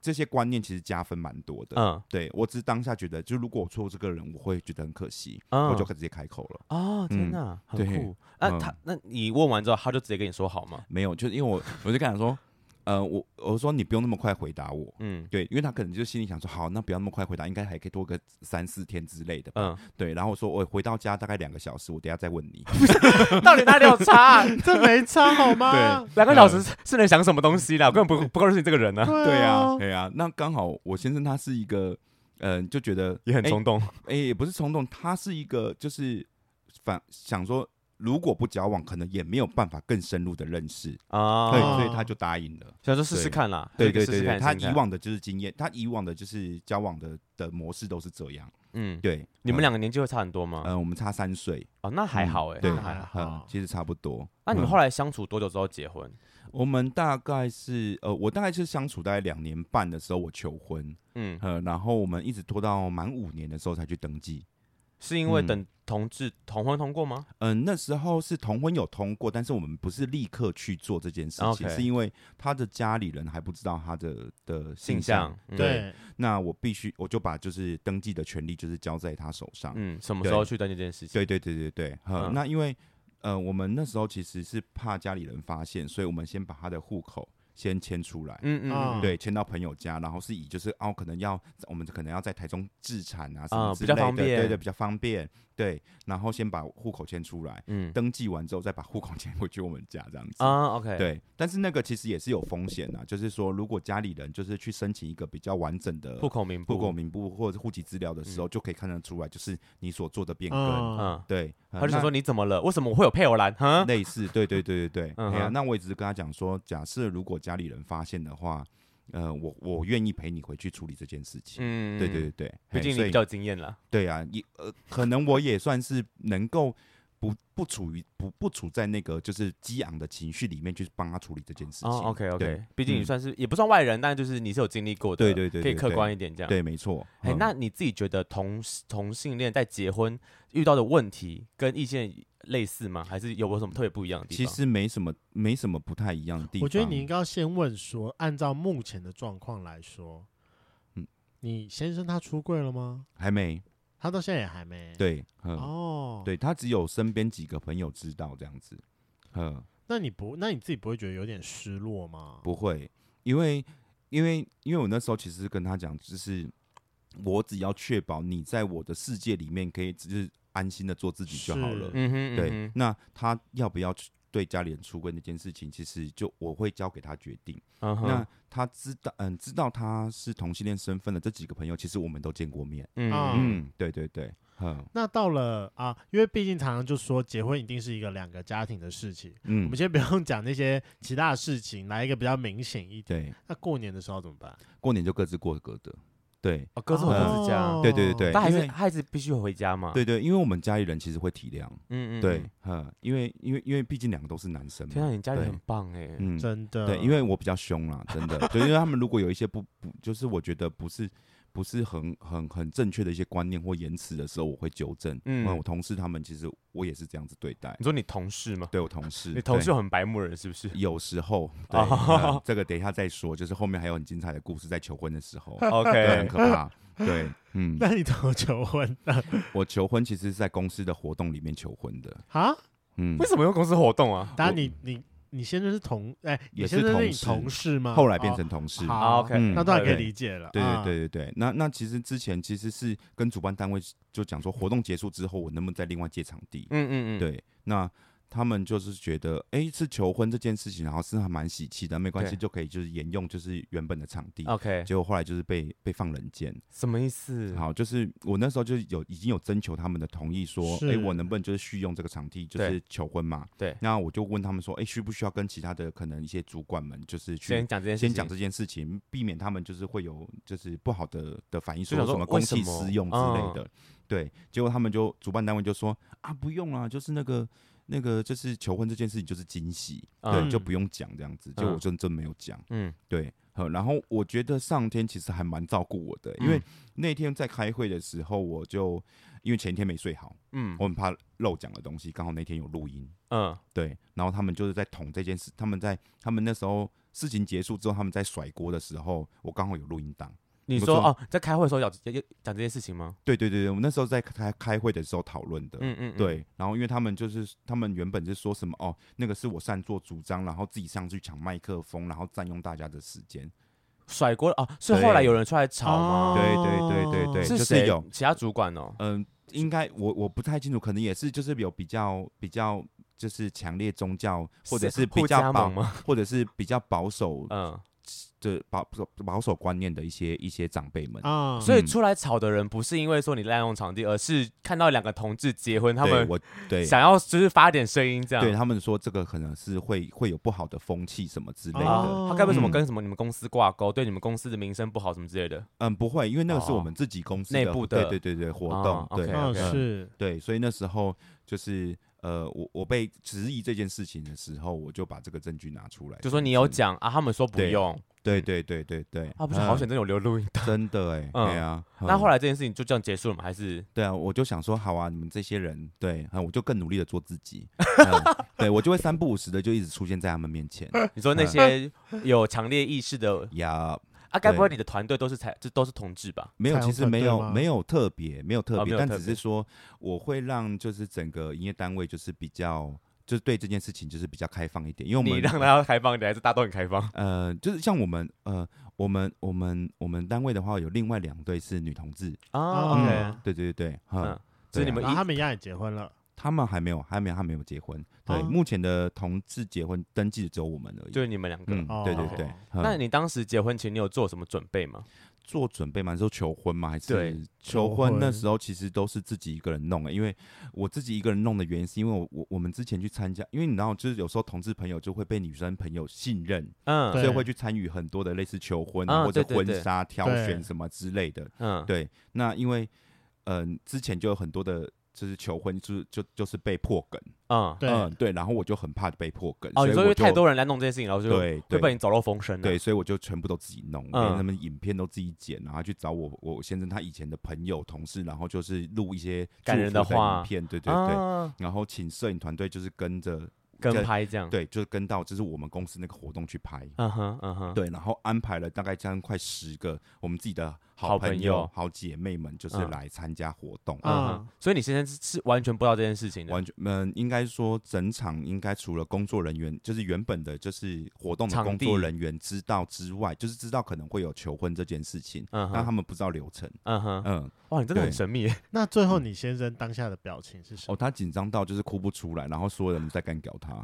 这些观念其实加分蛮多的。
嗯
对我只是当下觉得，就如果我错过这个人，我会觉得很可惜，
嗯，
我就直接开口了。
哦，天
嗯
哪，很
对
酷。那
嗯
他，那你问完之后，他就直接跟你说好吗？
没有，就是因为我我就跟他讲说，呃，我我说你不用那么快回答我，
嗯
对，因为他可能就心里想说，好，那不要那么快回答，应该还可以多个三四天之类的吧。
嗯，
对，然后我说我回到家大概两个小时，我等一下再问你。
到底哪里有差、 啊？
这没差好吗？
两个小
嗯
时是是能想什么东西啦？我根本不不认识你这个人呢、啊，
对啊，
对啊，那刚好我先生他是一个，嗯、就觉得
也很
哎
冲动。
哎、也不是冲动，他是一个就是反想说，如果不交往，可能也没有办法更深入的认识，
啊，
对，
哦
所以他就答应了。
想说试试看啦，
对
就
对
是
对
试试
对，
看
他
试试
以
看
往的就是经验，他以往的就是交往的的模式都是这样。
嗯，
对，
你们
嗯
两个年纪会差很多吗？
呃，我们差三岁，
哦，那还好哎，
嗯对
那还好。
嗯
好，
其实差不多。
那你们
嗯
后来相处多久之后结婚？
我们大概是呃，我大概是相处大概两年半的时候，我求婚，
嗯，
呃，然后我们一直拖到满五年的时候才去登记。
是因为
嗯
等同志同婚通过吗？
嗯、那时候是同婚有通过，但是我们不是立刻去做这件事情
啊 OK
是因为他的家里人还不知道他的的
性
向
向。，嗯
对，
对，
那我必须，我就把就是登记的权利就是交在他手上。
嗯，什么时候去登记这件事情？
对对对对对，呃
嗯
那因为呃，我们那时候其实是怕家里人发现，所以我们先把他的户口先迁出来。
嗯，嗯嗯
啊
嗯，
对，迁到朋友家，然后是以就是哦，可能要我们可能要在台中置产啊什
啊
么之
比
类
较
的，
方便
对对，比较方便，对。然后先把户口迁出来，
嗯
登记完之后再把户口迁回去我们家这样子。
啊，OK，，
对，但是那个其实也是有风险啊，就是说如果家里人就是去申请一个比较完整的
户口名簿
户口，名簿或者户籍资料的时候，就可以看得出来，就是你所做的变更。
嗯，
嗯，
对，呃
他就想
那
说你怎么了？为什么我会有配偶栏？哈，
类似，对对对对对。
嗯
哎呀，
哼
那我也只是跟他讲说，假设如果家里人发现的话，呃，我我愿意陪你回去处理这件事情。
嗯，
对对对
嗯，
对，
毕
嘿
竟你
所
比
以
较有经验了，
对啊，也呃，可能我也算是能够。不不处于不不处在那个就是激昂的情绪里面去帮他处理这件事情。
哦，OK
对
OK，毕竟你
嗯
算是也不算外人，但就是你是有经历过的，
对对对
可以
对
客
对
观一点这样。
对，没错。
哎、
嗯
那你自己觉得同同性恋在结婚遇到的问题跟异性恋类似吗？还是有没有什么特别不一样的地
其
方？
实没什么没什么不太一样的地方。
我觉得你应该要先问说，按照目前的状况来说，嗯
嗯，
你先生他出柜了吗？
还没
他到现在也还没。，
对，嗯，
哦，，
对他只有身边几个朋友知道这样子，嗯，
那你不，那你自己不会觉得有点失落吗？
不会，因为因为因为我那时候其实是跟他讲，就是我只要确保你在我的世界里面可以就是安心的做自己就好了。
是
嗯哼，
对，
嗯
那他要不要去对家里人出柜那件事情，其实就我会交给他决定。
哼，嗯哼
那他知道，嗯，知道他是同性恋身份的这几个朋友，其实我们都见过面。
嗯
啊
嗯
嗯，对对对，嗯
那到了啊，因为毕竟常常就说结婚一定是一个两个家庭的事情，我
嗯
们，先不用讲那些其他的事情，来一个比较明显一点。
对，
那过年的时候怎么办？
过年就各自过各的。对
哦，各自回各自家，
哦
对对对
但还
因
是嗯
为
还是必须回家嘛。，
对对，因为我们家里人其实会体谅，
嗯嗯，
对
嗯。，
嗯，因为因为因为毕竟两个都是男生
天啊，
嘛，
你家里
对
很棒哎、
嗯，
真的，
对，因为我比较凶啦，真的，对，因为他们如果有一些不不，就是我觉得不是不是很很很正确的一些观念或言辞的时候，我会纠正。
嗯
嗯，我同事他们其实我也是这样子对待
你，说你同事吗？
对我同事，
你同事哦
对
有很白目的人是不 是
有时候，对，嗯这个等一下再说，就是后面还有很精彩的故事，在求婚的时候，对，很
？OK，
可怕。对，嗯，
那你怎么求婚的
我求婚其实是在公司的活动里面求婚的，
啊？
嗯
为，什么用公司活动啊？
当
我
然你你你先生是同哎，你
也
先
是
生
同
是你
事
同事吗？
后来变
哦
成同事。
啊
好
，OK，
嗯
那当然可以
对
理解了。
对
啊
对，对对对，那那其实之前其实是跟主办单位就讲说，活动结束之后我能不能再另外借场地？
嗯嗯嗯，，
对，那他们就是觉得，哎，是求婚这件事情，然后是还蛮喜气的，没关系，
对哦
就可以就是沿用就是原本的场地。
OK，
结果后来就是被被放冷箭，
什么意思？
好，就是我那时候就是有已经有征求他们的同意，说，
是
哎，我能不能就是续用这个场地，就
对
是求婚嘛？
对
那我就问他们说，哎，需不需要跟其他的可能一些主管们就是去
先讲这件事
先
情，
讲这件事情，避免他们就是会有就是不好的的反应，
就
说
想说
什么公
为
器
什么嗯
私用之类的。对，结果他们就主办单位就说啊，不用啊，就是那个那个就是求婚这件事情就是惊喜，
嗯
对，就不用讲这样子。结果我真真没有讲，
嗯
对。好然后我觉得上天其实还蛮照顾我的，因为
嗯
那天在开会的时候，我就因为前一天没睡好，
嗯
我很怕漏讲的东西，刚好那天有录音，
嗯，
对，然后他们就是在捅这件事，他们在他们那时候事情结束之后，他们在甩锅的时候，我刚好有录音档，
你
没
说
错
哦，在开会的时候讲这讲这件事情吗？
对对对对，我们那时候在开开会的时候讨论的。
嗯嗯，嗯，
对，然后因为他们就是他们原本是说什么哦，那个是我擅作主张，然后自己上去抢麦克风，然后占用大家的时间。
甩锅了哦，是后来有人出来吵吗？
对对对对对
哦是
就是
谁
有
其他主管哦，
嗯，应该我我不太清楚，可能也是就是有比较比较就是强烈宗教，或者是比
互
较
加
保
盟，吗？
或者是比较保守
嗯，
的保守保守观念的一些一些长辈们。
啊，
嗯所以
嗯
出来吵的人不是因为说你滥用场地，而是看到两个同志结婚，他
对
们
我对
想要就是发点声音这样。
对他们说这个可能是会会有不好的风气什么之类的。
啊，他该不会什么
嗯
跟什么你们公司挂钩，对你们公司的名声不好什么之类的？
嗯，不会，因为那个是
哦
我们自己公司
内部的
对对对对活
哦
动，对
OK，OK
嗯
对
是
对，所以那时候就是呃，我我被质疑这件事情的时候，我就把这个证据拿出来，
就说你有
讲，
讲啊，他们说不
哎对
用
对对对对对，
啊，不是好
嗯
险，真有留录音带。
真的哎，
嗯
对啊，
那
嗯
后来这件事情就这样结束了吗？还是
对啊，我就想说，好啊，你们这些人，对，嗯我就更努力的做自己，嗯对我就会三不五时的就一直出现在他们面 前，
你说那些
嗯
有强烈意识的
呀，
啊？该不会
对
你的团队都是才这都是同志吧？
没有，
彩虹
其实
团队
没有
吗
没有特别，没有特
啊没
别，
有
但
特
只
别
是说我会让就是整个营业单位就是比较，就是对这件事情就是比较开放一点，因为我们
你让他开放一点，还是大家都很开 放？
呃，就是像我们呃，我们我们我们单位的话，有另外两对是女同志，
啊
哦
，OK，
对对对对，
嗯
嗯，
所以你
对啊
们
然后
一
他们一样也结婚了，
他们还没有，还没有，还没有结婚，对，
哦
目前的同志结婚登记的只有我们而已，
就是你们两个。
嗯，对对
哦
对，
那
嗯
你当时结婚前，你有做什么准备吗？
做准备嘛，说求婚嘛，还
对
是求
求
婚那
婚
时候其实都是自己一个人弄的，因为我自己一个人弄的原因是因为我我我们之前去参加，因为你知道，就是有时候同志朋友就会被女生朋友信任，
嗯，
对
所以会去参与很多的类似求婚
啊
啊或者
对对
婚
对
纱挑
对
选什么之类的，
嗯，
对，那因为嗯、之前就有很多的，就是求婚就是就就是被破梗，
嗯，
对
嗯，对，然后我就很怕被破梗，
哦，
所
你
以
说因
我
为
就
太多人来弄这件事情，然后就
对
会被
对
你走漏风声了。
对，所以我就全部都自己弄，
嗯
连他们影片都自己剪，然后去找我我先生他以前的朋友同事，然后就是录一些
感
祝
人
福
的
的
话
影片，对对对，
啊，嗯
然后请摄影团队就是跟着，
跟
对
拍这样。，
对，就是跟到就是我们公司那个活动去拍。
嗯哼，嗯哼，
对，然后安排了大概将近快十个我们自己的
好
好
朋
朋友、
友
好姐妹们，就是
嗯
来参加活动。
嗯
嗯
哼，所以你先生是是完全不知道这件事情的。
完全，嗯，应该说整场应该除了工作人员，就是原本的就是活动的
场
工
地
作人员知道之外，就是知道可能会有求婚这件事情，
嗯
但他
哼，
们不知道流程。
嗯哼，
嗯，
哇，你真的很
对
神秘耶。
那最
嗯
后你先生当下的表情是什
哦，
么？
他紧张到就是哭不出来，然后所有人在干掉 他。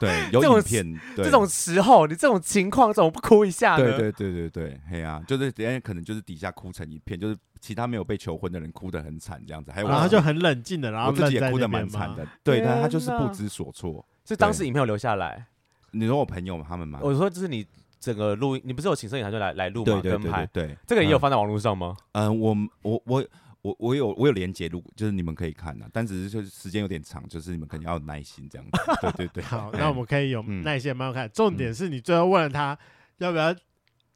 对，有
这种
影片，对
这种啊时候，你这种情况怎么不哭一下呢？
对对对对对，嘿呀、就是人家可能就是底下哭成一片，就是其他没有被求婚的人哭得很惨这样子，还哎有我
然后
自
啊就
己
很冷静的，然后
我自己
愣在
也哭
那
得
边
蛮惨
吗。
的，对，但他
天
就是不
哪
知所措。
所以当
对啊
时影片有留下来。
你说我朋友他们吗？
我说就是你整个录音，你不是有请摄影团队来来录
对
吗？
对
跟
对对
拍，
对，
这个也
嗯
有放在网络上吗？
嗯，我们我我我我有我有连接，如果就是你们可以看的、但只是就是时间有点长，就是你们可能要有耐心这样子。对对对，
好，
哎
那我们可以有
嗯
耐心慢慢看。重点是你最后问了他要不要，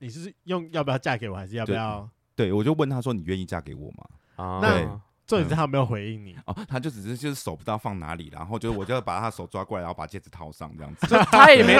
你是用要不要嫁给我，还是要不
对
要？
对我就问他说：“你愿意嫁给我吗
啊，。
那
对
重点是他没有回应你，？”
哦，他就只是就是手不知道放哪里，然后就是我就把他手抓过来，然后把戒指套上这样子
就 他也没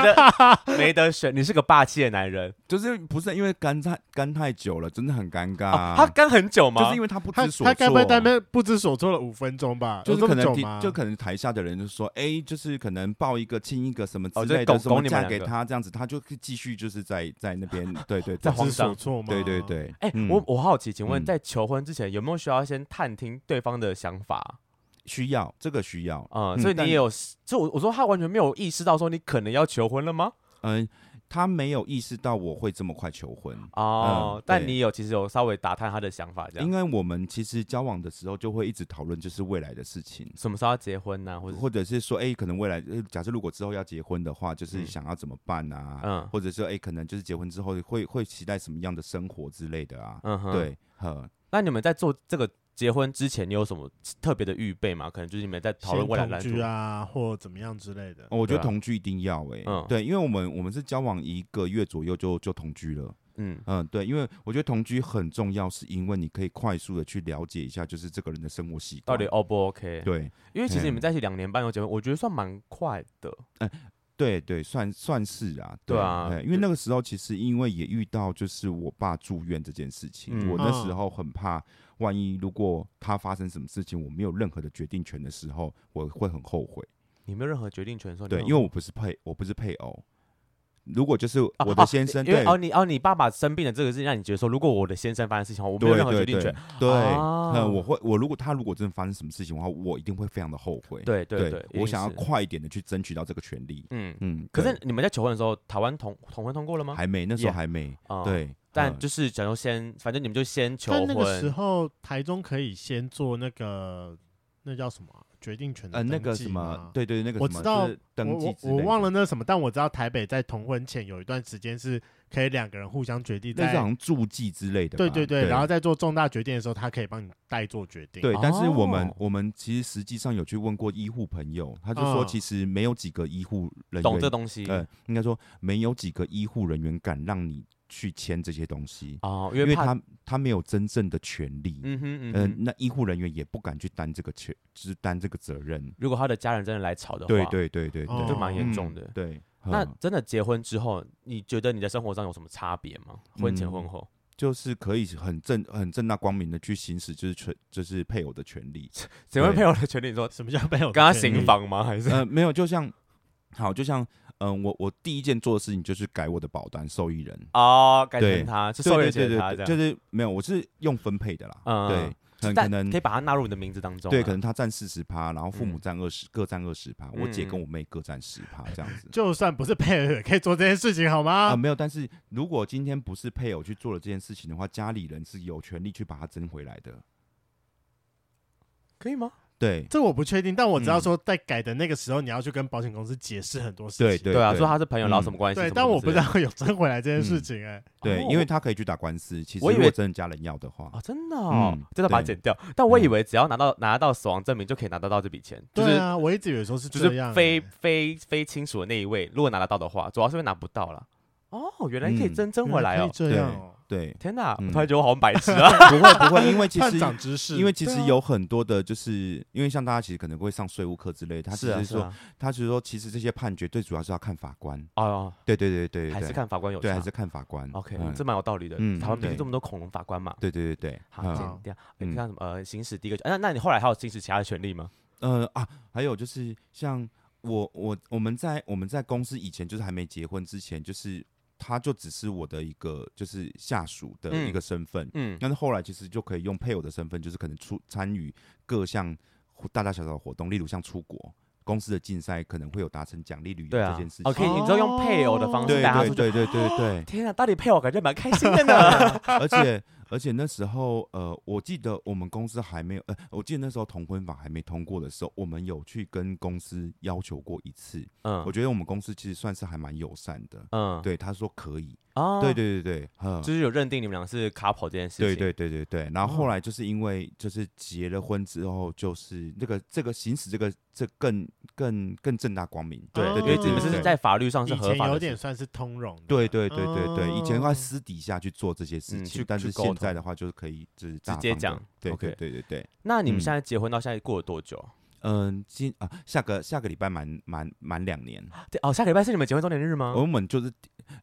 得没得选，你是个霸气的男人
就是不是因为干太干太久了，真的很尴尬。
啊！他干很久吗？
就是因
为
为他不
他
知所措，
他该不会在那边不知所措了五分钟吧？
就是
有这
可
么久
能提
吗？
就可能台下的人就说，哎、就是可能抱一个亲一个什么之
哦就
类的，
拱
什么
拱你们
嫁给
两个
他这样子，他就继续就是在在那 边，对对
在
对
不
慌
知所
张。
措吗？
对对。对，
哎
嗯，
我我好奇，请问
嗯
在求婚之前有没有需要先探听对方的想法
需要这个需要，
啊？
嗯
所以你
但
也有，就我我说他完全没有意识到说你可能要求婚了吗？
嗯、他没有意识到我会这么快求婚，
哦
嗯，
但
对
你有其实有稍微打探他的想法，这样
因为我们其实交往的时候就会一直讨论就是未来的事情。
什么时候要结婚呢？或者
或者是说，哎、可能未来，呃假设如果之后要结婚的话，
嗯
就是想要怎么办啊？
嗯
或者是哎、可能就是结婚之后会会期待什么样的生活之类的啊？
嗯哼，。
对，呵，
那你们在做这个结婚之前，你有什么特别的预备吗？可能就是你们在讨论未来的蓝
先同
图
居。啊，或怎么样之类的。
哦我觉
对啊
得同居一定要哎、
嗯
对，因为我们我们是交往一个月左右就就同居了，
嗯，
嗯，对，因为我觉得同居很重要，是因为你可以快速的去了解一下，就是这个人的生活习
到
惯
底 O 不 OK？，
对，
因为其实你们
嗯
在一起两年半又结婚，我觉得算蛮快的。
对对，算算是啊，
对啊
哎因为那个时候其实因为也遇到就是我爸住院这件事情，
嗯
我那
嗯
时候很怕，万一如果他发生什么事情，我没有任何的决定权的时候，我会很后悔。
你没有任何决定权的时候，
对，因
你
为
有
我不是配，我不是配偶。如果就是
啊
我的
啊
先生，
因为
对
哦你哦你爸爸生病的这个是让你觉得说，如果我的先生发生事情的话，我没有
对
任何决
对
定权
对，，对，
啊
嗯，我会，我如果他如果真的发生什么事情的话，我一定会非常的后悔。
对对一定
我想要
是
快一点的去争取到这个权利。
嗯。
嗯，
可
对
是你们在求婚的时候，台湾同同婚通过了吗？
还没，那时候
也
还没。
啊，
对，
但
嗯
就是假如先，反正你们就先求
但
婚，
那个时候台中可以先做那个那叫什么啊、决定权的
呃，那
登
个
记
什么
吗，
对对，那个
我
什么
知道
就是登记
我
之
我我
类
忘
的
了那什么，但我知道台北在同婚前有一段时间是可以两个人互相决定
那是好
在，
像助记之类的吧。
对对对，然后在做重大决定的时候，他可以帮你代做决定。
对，但是我们
哦
我们其实实际上有去问过医护朋友，他就说
嗯
其实没有几个医护人
懂这
员，
东西
呃，应该说没有几个医护人员敢让你去签这些东西，
哦，因
因
为
为
怕，
他他没有真正的权利。
嗯哼嗯
嗯、
哼，
那医护人员也不敢去担这个权，就是担这个责任。
如果他的家人真的来吵的话，
对，对对对
哦
对，
就蛮严重
嗯
的。
对，
那
嗯
真的结婚之后，你觉得你的生活上有什么差别吗？婚前
嗯
婚后，
就是可以很正很正大光明的去行使就是权就是配偶的权 利。
结婚
对
配偶的权利，你说
什么叫没有
跟他
权利
行？房吗？还是
呃，没有，就像好，就像嗯、我我第一件做的事情就是改我的保单受益人，
哦，改
对
成他，是
对
受
对
益
对
人给他
对
这样，
对，就是没有，我是用分配的啦，
嗯嗯嗯
对，很可
但
能
可以把它纳入你的名字当中啊。
对，可能他占四十趴，然后父母
嗯
占二十，各占二十趴，我姐跟
嗯
我妹各占十趴这样子。
就算不是配偶，也可以做这件事情好
啊、
吗？
没有，但是如果今天不是配偶去做了这件事情的话，家里人是有权利去把它争回来的。
可以吗？
对，
哦
这我不确定，但我知道
嗯
说在改的那个时候，你要去跟保险公司解释很多事情。
对对
对啊，
对
说他是朋友，然后什么关系？
对
什么
但
什么
我不
之
知
类
道
的
有争回来这件
嗯
事情哎、
对，
哦
因为他可以去打官司。其实
我以
如
为
果真的家人要的话，
哦，真的哦
嗯，
真的把它
对
剪掉。但我以
嗯
为只要拿到拿到死亡证明就可以拿得到这笔钱，就
对
是
啊，我一直以为说是
就
这样、哎
是非非非亲属的那一位，如果拿得到的话，主要是因为拿不到了。哦，原来可以
嗯
真
哎
争回来
原
哦
可以！这样哦，
对，
天哪，我
嗯
突然觉得我好像白痴啊！
不会不会，因为其
探
实
长知识，
因为其实
对啊
有很多的，就是因为像大家其实可能会上税务课之类 的，他只
啊，
说、
啊
他只是说，其实这些判决最主要是要看法官，
哦，
对对对对对，
还是看法官有
对还
差
是。看法官
OK，
嗯
这蛮有道理的。
嗯
台湾毕竟
对
这么多恐龙法官嘛，
对对对对，
好
嗯
剪掉。
嗯
你看什么？呃，行使第一个，啊那那你后来还有行使其他的权利吗？
呃啊，还有就是像我我我们在我们在公司以前就是还没结婚之前，就是他就只是我的一个就是下属的一
嗯
个身份，
嗯，
但是后来其实就可以用配偶的身份，就是可能出参与各项活大大小小的活动，例如像出国公司的竞赛，可能会有达成奖励旅游
对
这
啊
件事。情。
哦，可以，你知道用配偶的方式
对
带他出
对
去。，
对对对 对
天啊哪，到底配偶感觉蛮开心的 呢。
而且而且那时候呃，我记得我们公司还没有呃，我记得那时候同婚法还没通过的时候，我们有去跟公司要求过一次。我
嗯
觉得我们公司其实算是还蛮友善的，
嗯，
对，他说可以，
啊，
对，对对对，嗯
就是有认定你们俩是 couple 这件事
对
情。
对对对对，然后后
哦
来就是因为就是结了婚之后，就是那个这个行使这个这更更更正大光明，
对
对
因为
对
你们
对
是
对
在法律上是
哦以
合
前
法的
有
事
点
情。
算是通融的，
对对对对对，以前
哦
在私底下去做这些事
啊嗯
情，
去
但
去
是
沟
现在
通
的话就是可以就是
直
大
接
方地
讲
对对
OK
对对对，
那你们
嗯
现在结婚到现在过了多久？
嗯，今啊下个下个礼拜满满满两年，
对哦，下个礼拜是你们结婚周年日吗？
我们就是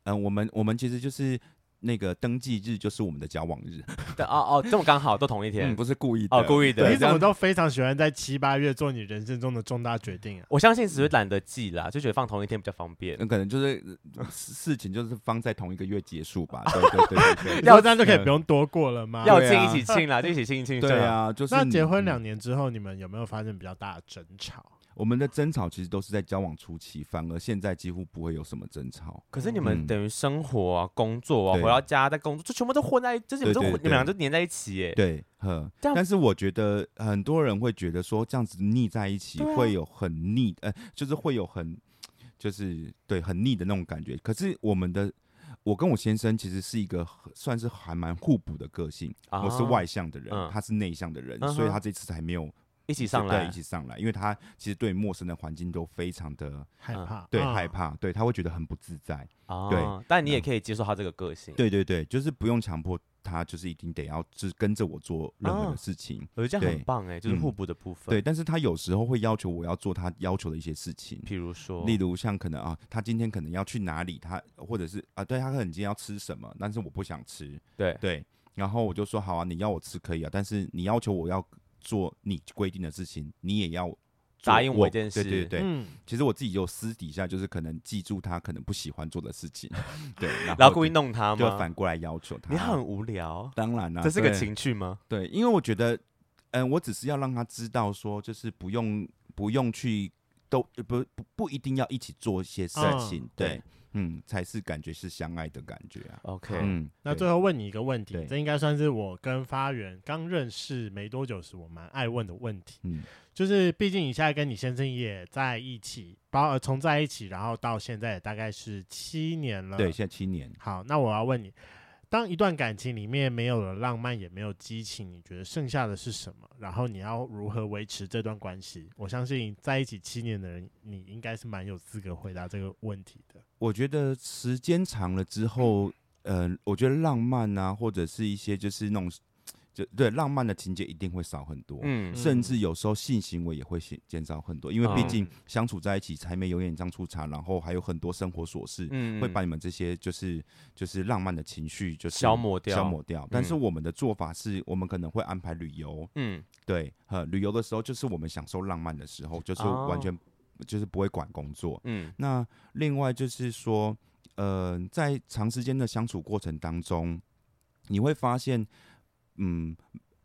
嗯我们我们其实就是那个登记日就是我们的交往日，
对哦哦，这么刚好都同一天
嗯，。不是故意的，
哦，故意的
你
对。
怎么都非常喜欢在七八月做你人生中的重大决定 啊？
我相信只是懒得记啦，就觉得放同一天比较方便。
那可能就是呃事事情就是放在同一个月结束吧，对对对对
你说
要
这样就可以
嗯
不用多过了吗？
要
对
庆一
啊
起庆啦，就一起庆一庆。
对，对，啊，就是
那
你
结婚
嗯
两年之后，你们有没有发生比较大的争吵？
我们的争吵其实都是在交往初期，反而现在几乎不会有什么争吵。
可是你们
嗯
等于生活啊、工作啊、
对
回到家再工作，就全部都混在，就是你们都
对对
混
对
你们俩就黏在一起耶。
对，呵，
这样
但是我觉得很多人会觉得说这样子腻在一起
对啊
会有很腻，呃，就是会有很，就是对很腻的那种感觉。可是我们的，我跟我先生其实是一个很算是还蛮互补的个性，
啊
我是外向的人，
嗯
他是内向的人，
嗯哼
所以他这次才没有
一起上
对
来
一，起上来，因为他其实对陌生的环境都非常的
害怕，
对
啊
害。怕，对他会觉得很不自在。
哦
对，
但你也
嗯
可以接受他这个个性。
对对对，就是不用强迫他就是一定得要就是跟着我做任何
啊
的事情。
我觉得这样很
对
棒哎、就是
嗯
互补的部分。
对，，但是他有时候会要求我要做他要求的一些事情，
譬如说，
例如像可能啊，他今天可能要去哪里，他或者是啊，对他可能今天要吃什么，但是我不想吃，
对
对，然后我就说好啊，你要我吃可以啊，但是你要求我要做你规定的事情，你也要做
答应我一件事
对对对，
嗯，
其实我自己有私底下就是可能记住他可能不喜欢做的事情， 对，
然
然
后故意弄他
就就
吗？
反过来要求他。
你很无聊，
当然啦、
这是个
对
情趣吗？
对，因为我觉得，嗯，我只是要让他知道说，就是不用不用去都不不不一定要一起做一些事
嗯
情，
对
对，嗯，才是感觉是相爱的感觉啊。
OK，、
嗯，
那
对
最后问你一个问题
对，
这应该算是我跟发源刚认识没多久时我蛮爱问的问题，
嗯
就是毕竟你现在跟你先生也在一起，包呃从在一起，然后到现在也大概是七年了，
对，现在七年，
好，那我要问你，当一段感情里面没有了浪漫，也没有激情，你觉得剩下的是什么？然后你要如何维持这段关系？我相信在一起七年的人，你应该是蛮有资格回答这个问题的。
我觉得时间长了之后，呃，我觉得浪漫啊，或者是一些就是那种就对浪漫的情节一定会少很多，
嗯，
甚至有时候性行为也会减减少很多，因为毕
嗯
竟相处在一起，柴米油盐酱醋茶，然后还有很多生活琐事，
嗯
会把你们这些就是就是浪漫的情绪就是
消磨掉
消磨掉。但是我们的做法是，我们可能会安排旅游，
嗯
对，呃，旅游的时候就是我们享受浪漫的时候，就是
哦
完全就是不会管工作。
嗯
那另外就是说，呃，在长时间的相处过程当中，你会发现，嗯，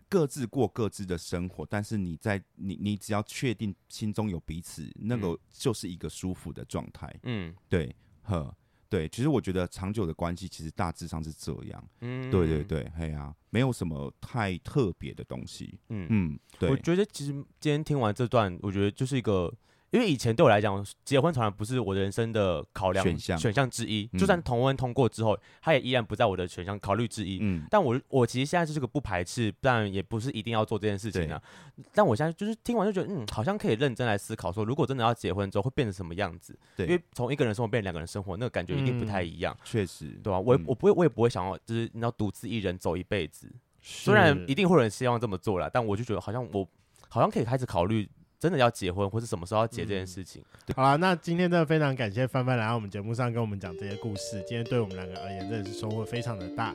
各自过各自的生活，但是你在你你只要确定心中有彼此，那
嗯
个就是一个舒服的状态。
嗯
对，呵，对，其实我觉得长久的关系其实大致上是这样。
嗯，
对对，对，嘿呀、没有什么太特别的东西。
嗯
嗯，
我
对，
觉得其实今天听完这段，我觉得就是一个，因为以前对我来讲，结婚从来不是我人生的考量
选项
之一。
嗯
就算同婚通过之后，它也依然不在我的选项考虑之一。
嗯，
但我我其实现在就是个不排斥，但也不是一定要做这件事情啊。但我现在就是听完就觉得，嗯，好像可以认真来思考说，如果真的要结婚之后会变成什么样子？
对嗯
因为从一个人生活变成两个人生活，那个感觉一定不太一样，
确实，
对吧、我也、
嗯
我不会我也不会想要，就是你要独自一人走一辈子。虽然一定会有人希望这么做啦，但我就觉得好像我好像可以开始考虑真的要结婚，或是什么时候要结这
嗯
件事情。
好了，那今天真的非常感谢范范来到我们节目上跟我们讲这些故事，今天对我们两个而言真的是收获非常的大。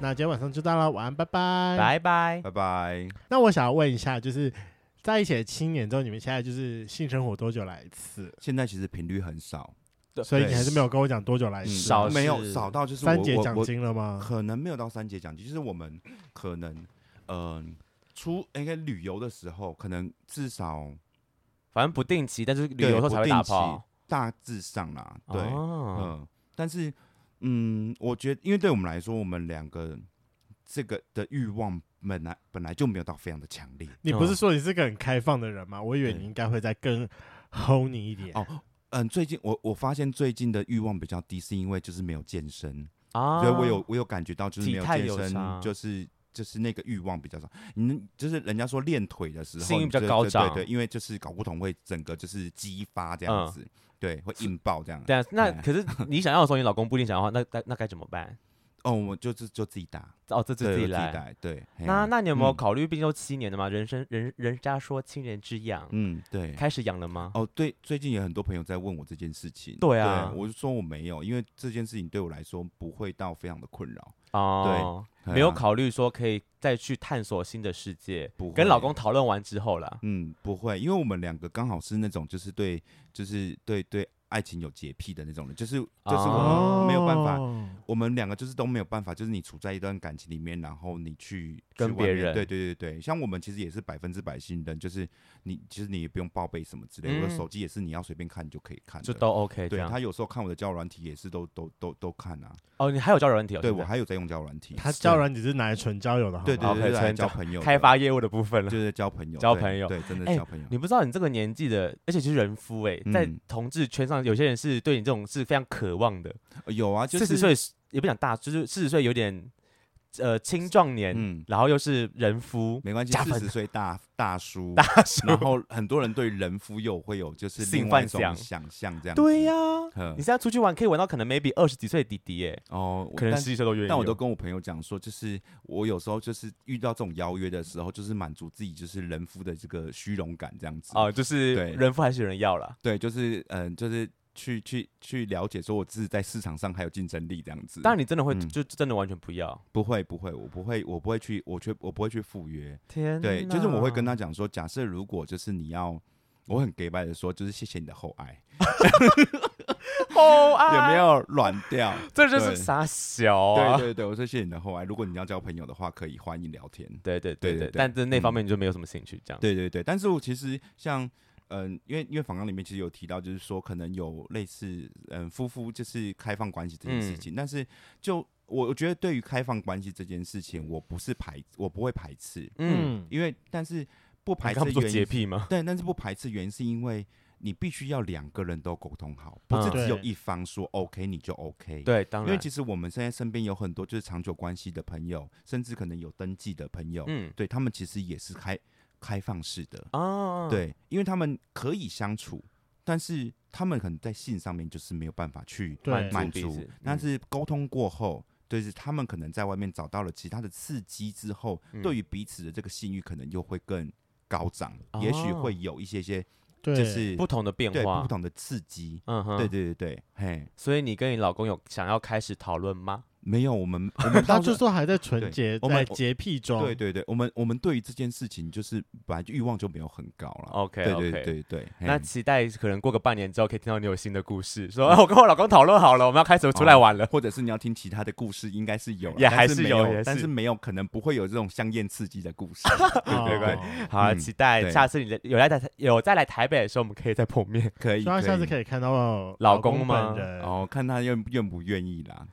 那今天晚上就到了，晚安，拜拜。
拜拜。
拜拜。
那我想要问一下，就是在一起的七年之后，你们现在就是性生活多久来一次？
现在其实频率很少，
所以
对
你还是没有跟我讲多久来一
嗯
次？
少
没有
是
少到就是我
三节奖
我我
金了 吗？
可能没有到三节奖金，就是我们可能嗯、呃出应该旅游的时候，可能至少
反正不定期，但是旅
对
游的时候才
不
会
定
打
期
炮。
大致上啦，对，
哦
嗯，但是，嗯，我觉得，因为对我们来说，我们两个这个的欲望本来本来就没有到非常的强烈
你不是说你是个很开放的人吗？我以为
嗯对
你应该会再更 hold 你一点。
哦。嗯，最近我我发现最近的欲望比较低，是因为就是没有健身，
啊
所以我有我有感觉到就是
体
没有
态
健
有差
身，就是就是那个欲望比较少。你能就是人家说练腿的时候，
性欲
你
比较
就
高
对
涨
对对，因为就是睾固酮会整个就是激发这样
嗯
子，对，会硬爆这样。
对啊，那
哎
可是你想要的时候，你老公不一定想要的话，那那那该怎么办？
哦，我就是就自己打，
哦，这
对
自己
我自己
来。
打，对。嘿
那
啊
那你有没有
嗯
考虑？毕竟都七年了嘛，人生人人家说亲人之痒，
嗯，对，
开始痒了吗？
哦，对，最近也很多朋友在问我这件事情。
对啊
我就说我没有，因为这件事情对我来说不会到非常的困扰。
哦，
对
没有
啊
考虑说可以再去探索新的世界
不，
跟老
会
公讨论完之后啦。
嗯，不会，因为我们两个刚好是那种就是对，就是对对爱情有洁癖的那种人，就是就是我
哦
们没有办法，我们两个就是都没有办法，就是你处在一段感情里面，然后你去
跟
去外面
别人
对对对对，像我们其实也是百分之百信任，就是你其实你也不用报备什么之类的，我的
嗯
手机也是你要随便看你就可以看的，
就都 OK 这
嗯对
样。
他有时候看我的交友软体也是都都都都看啊，
哦，你还有交友问题哦？
对
现
我
在
还有在用交友软体，
他交软只是拿来纯交友的，好
对
吗
对对对
哦 OK，
对，
所
来
以
交
就
朋友的
开发业务的部分了。
就是交朋友，
交
对
朋友
对，真的
哎
交朋友，
你不知道你这个年纪的，而且其实人夫哎、在
嗯
同志圈上，有些人是对你这种是非常渴望的。
呃有啊，就
四
是
十岁也不讲大，就是四十岁有点呃青壮年，
嗯，
然后又是人夫，
没关系
加，
四
分
十岁大大叔，
大叔
然后很多人对人夫又会有就是
性
另外一
幻
种
想
想象这样子，
对呀、
呵
你现在出去玩可以玩到可能 maybe 二十几岁的弟弟耶、
哦，我
可能
但
十几岁都愿意哦。
但我都跟我朋友讲说，就是我有时候就是遇到这种邀约的时候，就是满足自己就是人夫的这个虚荣感这样子。
哦，就是
对
人夫还是有人要啦。
对，就是嗯，就是去去去了解，说我自己在市场上还有竞争力这样子。
当然你真的会、
嗯
就就真的完全不要。
不会不会，我不会我不会去，我却我不会去赴约。
天，
对，就是我会 跟他讲说，假设如果就是你要。我很 gay 白的说，就是谢谢你的厚爱，
哦
有
啊，
没有软掉？
这就是
对
傻小啊。
对对对，我说谢谢你的厚爱。如果你要交朋友的话，可以欢迎聊天。
对对对
对
对
对，
但是那
嗯
方面你就没有什么兴趣，这样。
对对对，但是我其实像。嗯，因为因为访纲里面其实有提到，就是说可能有类似嗯夫妇就是开放关系这件事情，但是就我我觉得对于开放关系这件事情，我不是排我不会排斥，
嗯，
因为但是不排
你
斥
刚不
的
做
原
洁
因，
癖吗？
对，但是不排斥原因是因为你必须要两个人都沟通好，不是
嗯
只有
对
一方说 OK 你就 OK，
对，当
因为
然。
其实我们现在身边有很多就是长久关系的朋友，甚至可能有登记的朋友，
嗯
对他们其实也是开开放式的，
啊，
对，因为他们可以相处，但是他们可能在性上面就是没有办法去
对
满
满
彼
足
此，
但
嗯
是沟通过后。就是他们可能在外面找到了其他的刺激之后，
嗯
对于彼此的这个性欲可能又会更高涨，也许
哦
会有一些些
对，
就是
不同的变
对
化
不，同的刺激。
嗯哼，
对对对对，嘿，
所以你跟你老公有想要开始讨论吗？
没有我们我们
他
到
就
这
说还在纯洁，
对我们
在洁癖中，
对对对，我们我们对于这件事情就是本来就欲望就没有很高了。
哦 OK，
哦对对
OK
对对，嘿
那期待可能过个半年之后，可以听到你有新的故事，说、 哎我跟我老公讨论好了，我们要开始出来玩了。
或者是你要听其他的故事，应该是有啦，
也还
但是
是
没
有
有
也
但
是
是没有可能不会有这种香艳刺激的 故事。
哦
对对
所
好啊，
嗯
期待
对
下次你来有来台有再来台北的时候，我们可以再碰面。
可以，
以他下次可
以。
以看到
老公
公
吗
本人。
哦，看他愿愿不愿意啦。